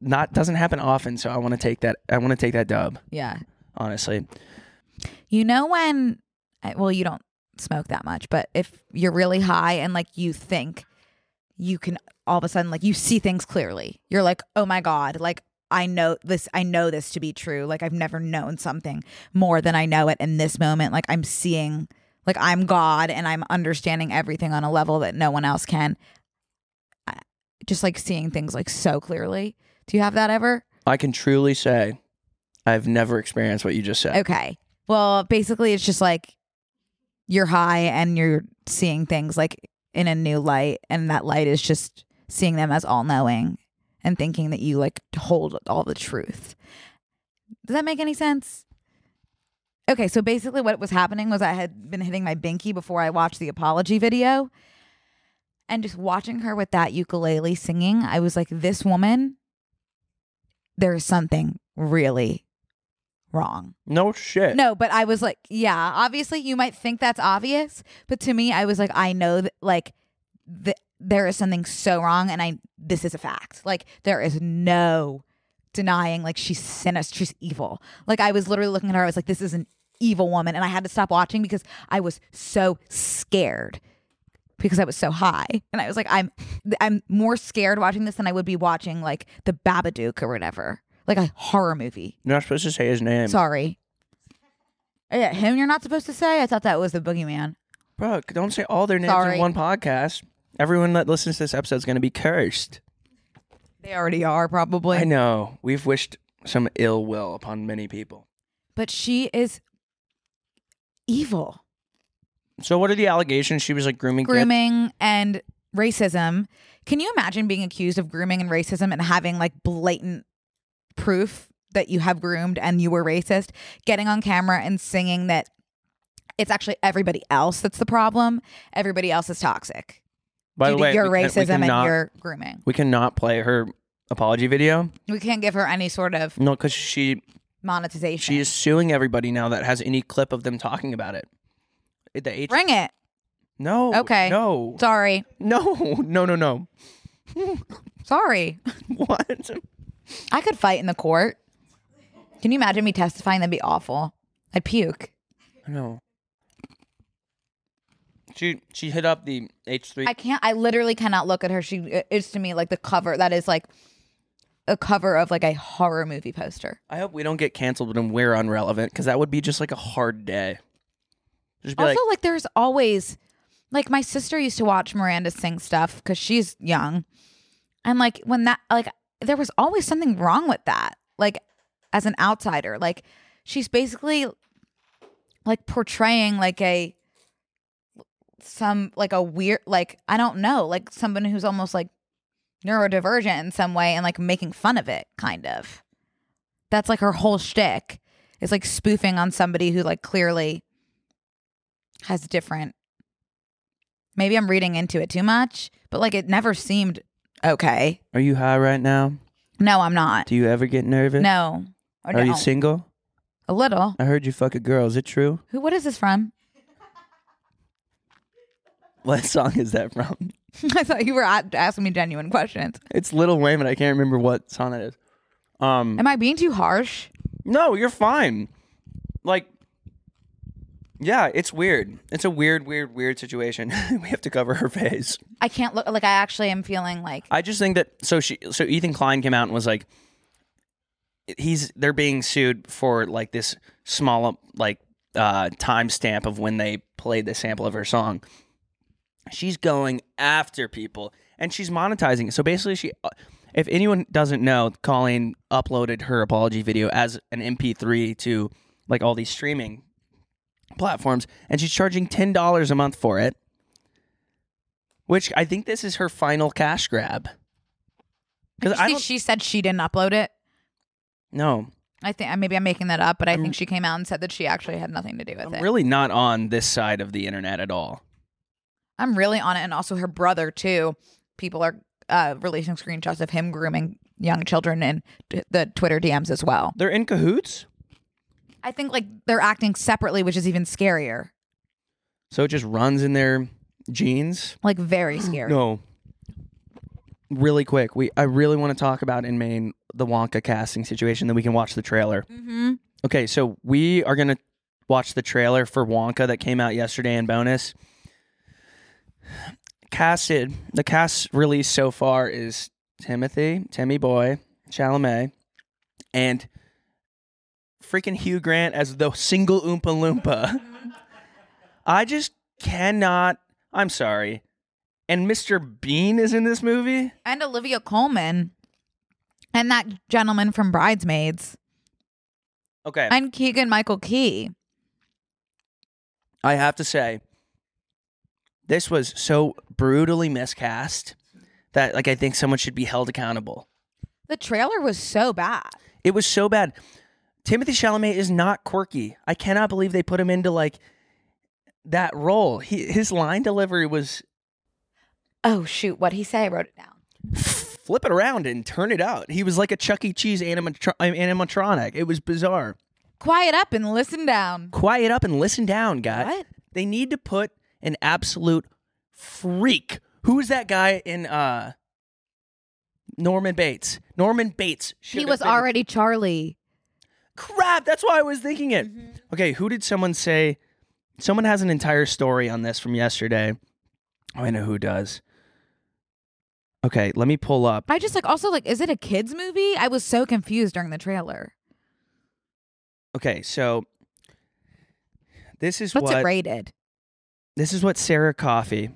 [SPEAKER 3] Not doesn't happen often, so I want to take that. I want to take that dub.
[SPEAKER 2] Yeah.
[SPEAKER 3] honestly.
[SPEAKER 2] You know when I- well you don't smoke that much, but if you're really high and like you think you can all of a sudden like you see things clearly. You're like, "Oh my god, like I know this I know this to be true. Like I've never known something more than I know it in this moment. Like I'm seeing like I'm God and I'm understanding everything on a level that no one else can." I- Just like seeing things like so clearly. Do you have that ever?
[SPEAKER 3] I can truly say I've never experienced what you just said.
[SPEAKER 2] Okay. Well, basically, it's just like you're high and you're seeing things like in a new light, and that light is just seeing them as all knowing and thinking that you like hold all the truth. Does that make any sense? Okay, so basically, what was happening was I had been hitting my binky before I watched the apology video. And just watching her with that ukulele singing, I was like, this woman, there's something really wrong.
[SPEAKER 3] No shit.
[SPEAKER 2] No, but I was like, yeah, obviously you might think that's obvious, but to me I was like I know that like th- there is something so wrong and I this is a fact. Like there is no denying like she's sinister, she's evil. Like I was literally looking at her I was like this is an evil woman and I had to stop watching because I was so scared because I was so high and I was like I'm I'm more scared watching this than I would be watching like The Babadook or whatever. Like a horror movie.
[SPEAKER 3] You're not supposed to say his name.
[SPEAKER 2] Sorry. Oh, Yeah, him you're not supposed to say? I thought that was the boogeyman.
[SPEAKER 3] Bro, don't say all their names
[SPEAKER 2] Sorry.
[SPEAKER 3] in one podcast. Everyone that listens to this episode is going to be cursed.
[SPEAKER 2] They already are, probably.
[SPEAKER 3] I know. We've wished some ill will upon many people.
[SPEAKER 2] But she is evil.
[SPEAKER 3] So, what are the allegations? She was like grooming. kids?
[SPEAKER 2] Grooming and racism. Can you imagine being accused of grooming and racism and having like blatant proof that you have groomed and you were racist? Getting on camera and singing that it's actually everybody else that's the problem. Everybody else is toxic.
[SPEAKER 3] By
[SPEAKER 2] due
[SPEAKER 3] the way,
[SPEAKER 2] to your
[SPEAKER 3] we can- we
[SPEAKER 2] racism
[SPEAKER 3] cannot-
[SPEAKER 2] and your grooming.
[SPEAKER 3] we cannot play her apology video.
[SPEAKER 2] We can't give her any sort of
[SPEAKER 3] No, because she
[SPEAKER 2] monetization.
[SPEAKER 3] she is suing everybody now that has any clip of them talking about it. The H-
[SPEAKER 2] Bring it.
[SPEAKER 3] No.
[SPEAKER 2] Okay.
[SPEAKER 3] No.
[SPEAKER 2] Sorry.
[SPEAKER 3] No. No. No. No.
[SPEAKER 2] Sorry.
[SPEAKER 3] What?
[SPEAKER 2] I could fight in the court. Can you imagine me testifying? That'd be awful. I'd puke.
[SPEAKER 3] No. She she hit up the H three.
[SPEAKER 2] I can't. I literally cannot look at her. She is to me like the cover that is like a cover of like a horror movie poster.
[SPEAKER 3] I hope we don't get canceled when we're unrelevant because that would be just like a hard day. Just be
[SPEAKER 2] also,
[SPEAKER 3] like,
[SPEAKER 2] like, there's always like my sister used to watch Miranda sing stuff because she's young, and like when that like there was always something wrong with that. Like as an outsider, like she's basically like portraying like a some like a weird like I don't know like someone who's almost like neurodivergent in some way and like making fun of it kind of. That's like her whole shtick. It's like spoofing on somebody who like clearly has different maybe i'm reading into it too much but like it never seemed okay
[SPEAKER 3] "Are you high right now?
[SPEAKER 2] no i'm not
[SPEAKER 3] Do you ever get nervous?
[SPEAKER 2] no I
[SPEAKER 3] Are you
[SPEAKER 2] don't.
[SPEAKER 3] single?
[SPEAKER 2] a little
[SPEAKER 3] I heard you fuck a girl. Is it true?
[SPEAKER 2] who what is this from
[SPEAKER 3] What song is that from?
[SPEAKER 2] i thought you were a- asking me genuine questions
[SPEAKER 3] It's Little Wayne, but I can't remember what song that is. Um,
[SPEAKER 2] am i being too harsh
[SPEAKER 3] no, you're fine. Like, yeah, it's weird. It's a weird, weird, weird situation. we have to cover her face.
[SPEAKER 2] i can't look like i actually am feeling like
[SPEAKER 3] I just think that so she so Ethan Klein came out and was like he's they're being sued for like this small like uh timestamp of when they played the sample of her song. She's going after people and she's monetizing it. So basically she uh, if anyone doesn't know, Colleen uploaded her apology video as an MP3 to like all these streaming platforms and she's charging $10 a month for it. Which I think this is her final cash grab.
[SPEAKER 2] Did
[SPEAKER 3] Because
[SPEAKER 2] you
[SPEAKER 3] I
[SPEAKER 2] see
[SPEAKER 3] don't
[SPEAKER 2] she said she didn't upload it
[SPEAKER 3] no,
[SPEAKER 2] i think maybe i'm making that up but i
[SPEAKER 3] I'm-
[SPEAKER 2] think she came out and said that she actually had nothing to do with
[SPEAKER 3] Mm. I'm
[SPEAKER 2] it
[SPEAKER 3] really not on this side of the internet at all.
[SPEAKER 2] i'm really on it and also her brother too people are uh, releasing screenshots of him grooming young children in t- the twitter dms as well
[SPEAKER 3] They're in cahoots,
[SPEAKER 2] I think like they're acting separately, which is even scarier.
[SPEAKER 3] so it just runs in their jeans.
[SPEAKER 2] Like very scary.
[SPEAKER 3] No. Really quick, we I really want to talk about in Maine the Wonka casting situation. Then we can watch the trailer.
[SPEAKER 2] Mm-hmm.
[SPEAKER 3] Okay, so we are gonna watch the trailer for Wonka that came out yesterday in bonus. casted the cast released so far is Timothy, Timmy Boy, Chalamet, and freaking Hugh Grant as the single Oompa Loompa. I just cannot. I'm sorry. And Mr. Bean is in this movie.
[SPEAKER 2] and Olivia Coleman and that gentleman from Bridesmaids
[SPEAKER 3] Okay,
[SPEAKER 2] and Keegan Michael Key.
[SPEAKER 3] I have to say, this was so brutally miscast that like I think someone should be held accountable.
[SPEAKER 2] The trailer was so bad.
[SPEAKER 3] It was so bad. Timothy Chalamet is not quirky. I cannot believe they put him into like that role. He, his line delivery was
[SPEAKER 2] Oh shoot, what he say? I wrote it down.
[SPEAKER 3] flip it around and turn it out. He was like a Chuck E. Cheese animatro- animatronic. It was bizarre.
[SPEAKER 2] Quiet up and listen down.
[SPEAKER 3] Quiet up and listen down, guy.
[SPEAKER 2] What?
[SPEAKER 3] They need to put an absolute freak. Who is that guy in uh Norman Bates? Norman Bates. should
[SPEAKER 2] He
[SPEAKER 3] have
[SPEAKER 2] was
[SPEAKER 3] been-
[SPEAKER 2] already Charlie.
[SPEAKER 3] crap. That's why I was thinking it.
[SPEAKER 2] Mm-hmm.
[SPEAKER 3] Okay, who did someone say? Someone has an entire story on this from yesterday. Oh, I know who does. Okay, let me pull up.
[SPEAKER 2] I just like also like is it a kids movie? I was so confused during the trailer.
[SPEAKER 3] Okay, so this is
[SPEAKER 2] What's
[SPEAKER 3] what
[SPEAKER 2] it rated?
[SPEAKER 3] This is what Sarah Coffey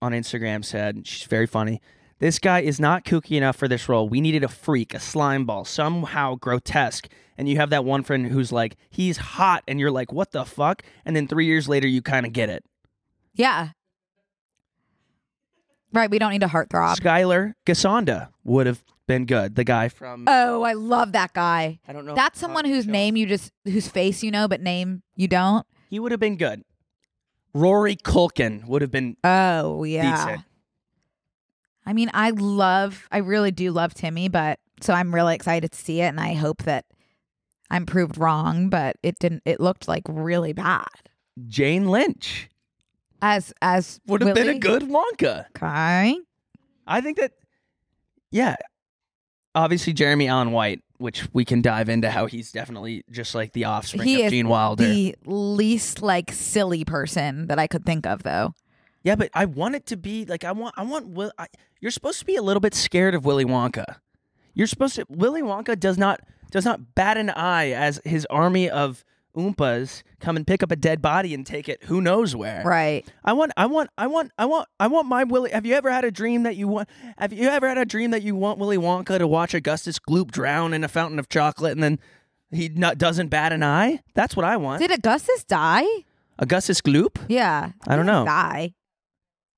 [SPEAKER 3] on Instagram said. She's very funny. This guy is not kooky enough for this role. We needed a freak, a slime ball, somehow grotesque. And you have that one friend who's like, he's hot. And you're like, what the fuck? And then three years later, you kind of get it.
[SPEAKER 2] Yeah. Right, we don't need a heartthrob.
[SPEAKER 3] Skylar Gasonda would have been good. The guy from.
[SPEAKER 2] oh, I love that guy.
[SPEAKER 3] Mm-hmm. I don't know.
[SPEAKER 2] That's someone whose name you just whose face you know but name you don't.
[SPEAKER 3] He would have been good. Rory Culkin would have been
[SPEAKER 2] Oh, yeah.
[SPEAKER 3] decent.
[SPEAKER 2] I mean, I love, I really do love Timmy, but so I'm really excited to see it, and I hope that I'm proved wrong. But it didn't. It looked like really bad.
[SPEAKER 3] Jane Lynch
[SPEAKER 2] As as
[SPEAKER 3] would have been a
[SPEAKER 2] Willy.
[SPEAKER 3] good Wonka.
[SPEAKER 2] Okay.
[SPEAKER 3] I think that, yeah, obviously Jeremy Allen White, which we can dive into how he's definitely just like the offspring
[SPEAKER 2] He
[SPEAKER 3] of
[SPEAKER 2] is
[SPEAKER 3] Gene Wilder.
[SPEAKER 2] The least like silly person that I could think of, though.
[SPEAKER 3] yeah, but I want it to be like I want. I want. Will, I, you're supposed to be a little bit scared of Willy Wonka. You're supposed to. Willy Wonka does not does not bat an eye as his army of oompas come and pick up a dead body and take it who knows where.
[SPEAKER 2] Right.
[SPEAKER 3] I want, I want, I want, I want, I want my Willy. Have you ever had a dream that you want? Have you ever had a dream that you want Willy Wonka to watch Augustus Gloop drown in a fountain of chocolate and then he not, doesn't bat an eye? That's what I want.
[SPEAKER 2] Did Augustus die?
[SPEAKER 3] Augustus Gloop.
[SPEAKER 2] Yeah.
[SPEAKER 3] I don't
[SPEAKER 2] He didn't
[SPEAKER 3] know.
[SPEAKER 2] Die.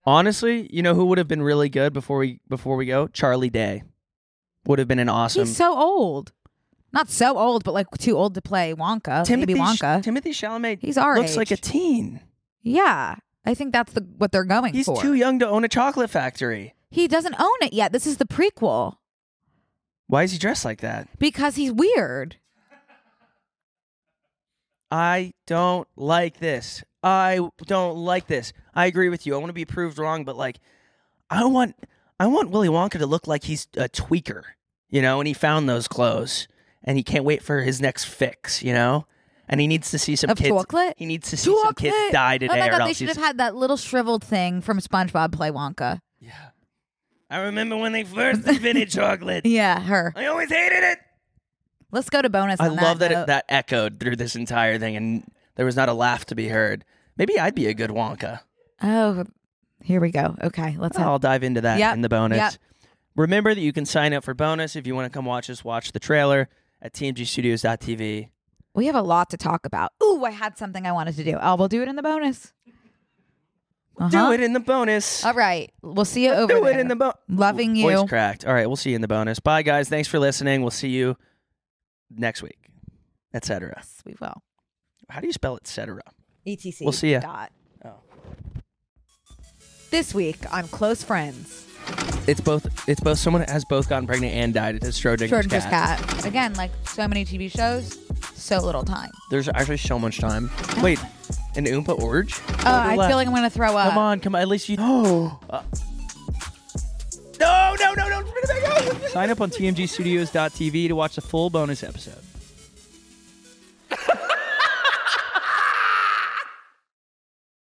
[SPEAKER 3] Honestly, you know who would have been really good before we before we go? Charlie Day would have been an awesome.
[SPEAKER 2] He's so old. Not so old, but like too old to play Wonka.
[SPEAKER 3] Timothy
[SPEAKER 2] Maybe
[SPEAKER 3] Sh-
[SPEAKER 2] Wonka.
[SPEAKER 3] Timothy Chalamet.
[SPEAKER 2] He's our
[SPEAKER 3] looks like a
[SPEAKER 2] age.
[SPEAKER 3] teen.
[SPEAKER 2] yeah. I think that's the what they're going
[SPEAKER 3] He's
[SPEAKER 2] for.
[SPEAKER 3] too young to own a chocolate factory.
[SPEAKER 2] He doesn't own it yet. This is the prequel
[SPEAKER 3] Why is he dressed like that?
[SPEAKER 2] because he's weird.
[SPEAKER 3] I don't like this. I don't like this. I agree with you. I want to be proved wrong, but like, I want, I want Willy Wonka to look like he's a tweaker, you know, and he found those clothes, and he can't wait for his next fix, you know, and he needs to see some
[SPEAKER 2] Of
[SPEAKER 3] kids.
[SPEAKER 2] chocolate?
[SPEAKER 3] He needs to see some kids
[SPEAKER 2] Chocolate!
[SPEAKER 3] die today,
[SPEAKER 2] Oh my
[SPEAKER 3] or
[SPEAKER 2] god, they
[SPEAKER 3] else
[SPEAKER 2] should
[SPEAKER 3] he's.
[SPEAKER 2] have had that little shriveled thing from SpongeBob play Wonka.
[SPEAKER 3] yeah. I remember when they first invented chocolate.
[SPEAKER 2] Yeah, her.
[SPEAKER 3] I always hated it.
[SPEAKER 2] Let's go to bonus.
[SPEAKER 3] I
[SPEAKER 2] on
[SPEAKER 3] love that
[SPEAKER 2] note.
[SPEAKER 3] it, that echoed through this entire thing, and there was not a laugh to be heard. Maybe I'd be a good Wonka.
[SPEAKER 2] Oh, here we go. Okay, let's. Have,
[SPEAKER 3] I'll dive into that
[SPEAKER 2] Yep,
[SPEAKER 3] in the bonus.
[SPEAKER 2] yep.
[SPEAKER 3] Remember that you can sign up for bonus if you want to come watch us watch the trailer at tmgstudios.tv.
[SPEAKER 2] we have a lot to talk about. Ooh, I had something I wanted to do. Oh, we'll do it in the bonus. Uh-huh.
[SPEAKER 3] Do it in the bonus.
[SPEAKER 2] All right, we'll see you over
[SPEAKER 3] Do it
[SPEAKER 2] there.
[SPEAKER 3] in the bonus.
[SPEAKER 2] Loving
[SPEAKER 3] Voice
[SPEAKER 2] you.
[SPEAKER 3] cracked. All right, we'll see you in the bonus. Bye, guys. Thanks for listening. We'll see you next week, etc.
[SPEAKER 2] Yes, we will.
[SPEAKER 3] How do you spell etc.?
[SPEAKER 2] Etc.
[SPEAKER 3] We'll see ya.
[SPEAKER 2] E Dot.
[SPEAKER 3] Oh.
[SPEAKER 2] This week on Close Friends.
[SPEAKER 3] It's both. It's both. Someone has both gotten pregnant and died. It's Schrodinger's,
[SPEAKER 2] Schrodinger's cat. Again, like so many TV shows, so little time.
[SPEAKER 3] There's actually so much time. Wait, an Oompa Orge?
[SPEAKER 2] Oh, I feel like I'm gonna throw up.
[SPEAKER 3] Come on, come on. At least you. Oh. no, no, no, no. Sign up on tmgstudios.tv to watch the full bonus episode.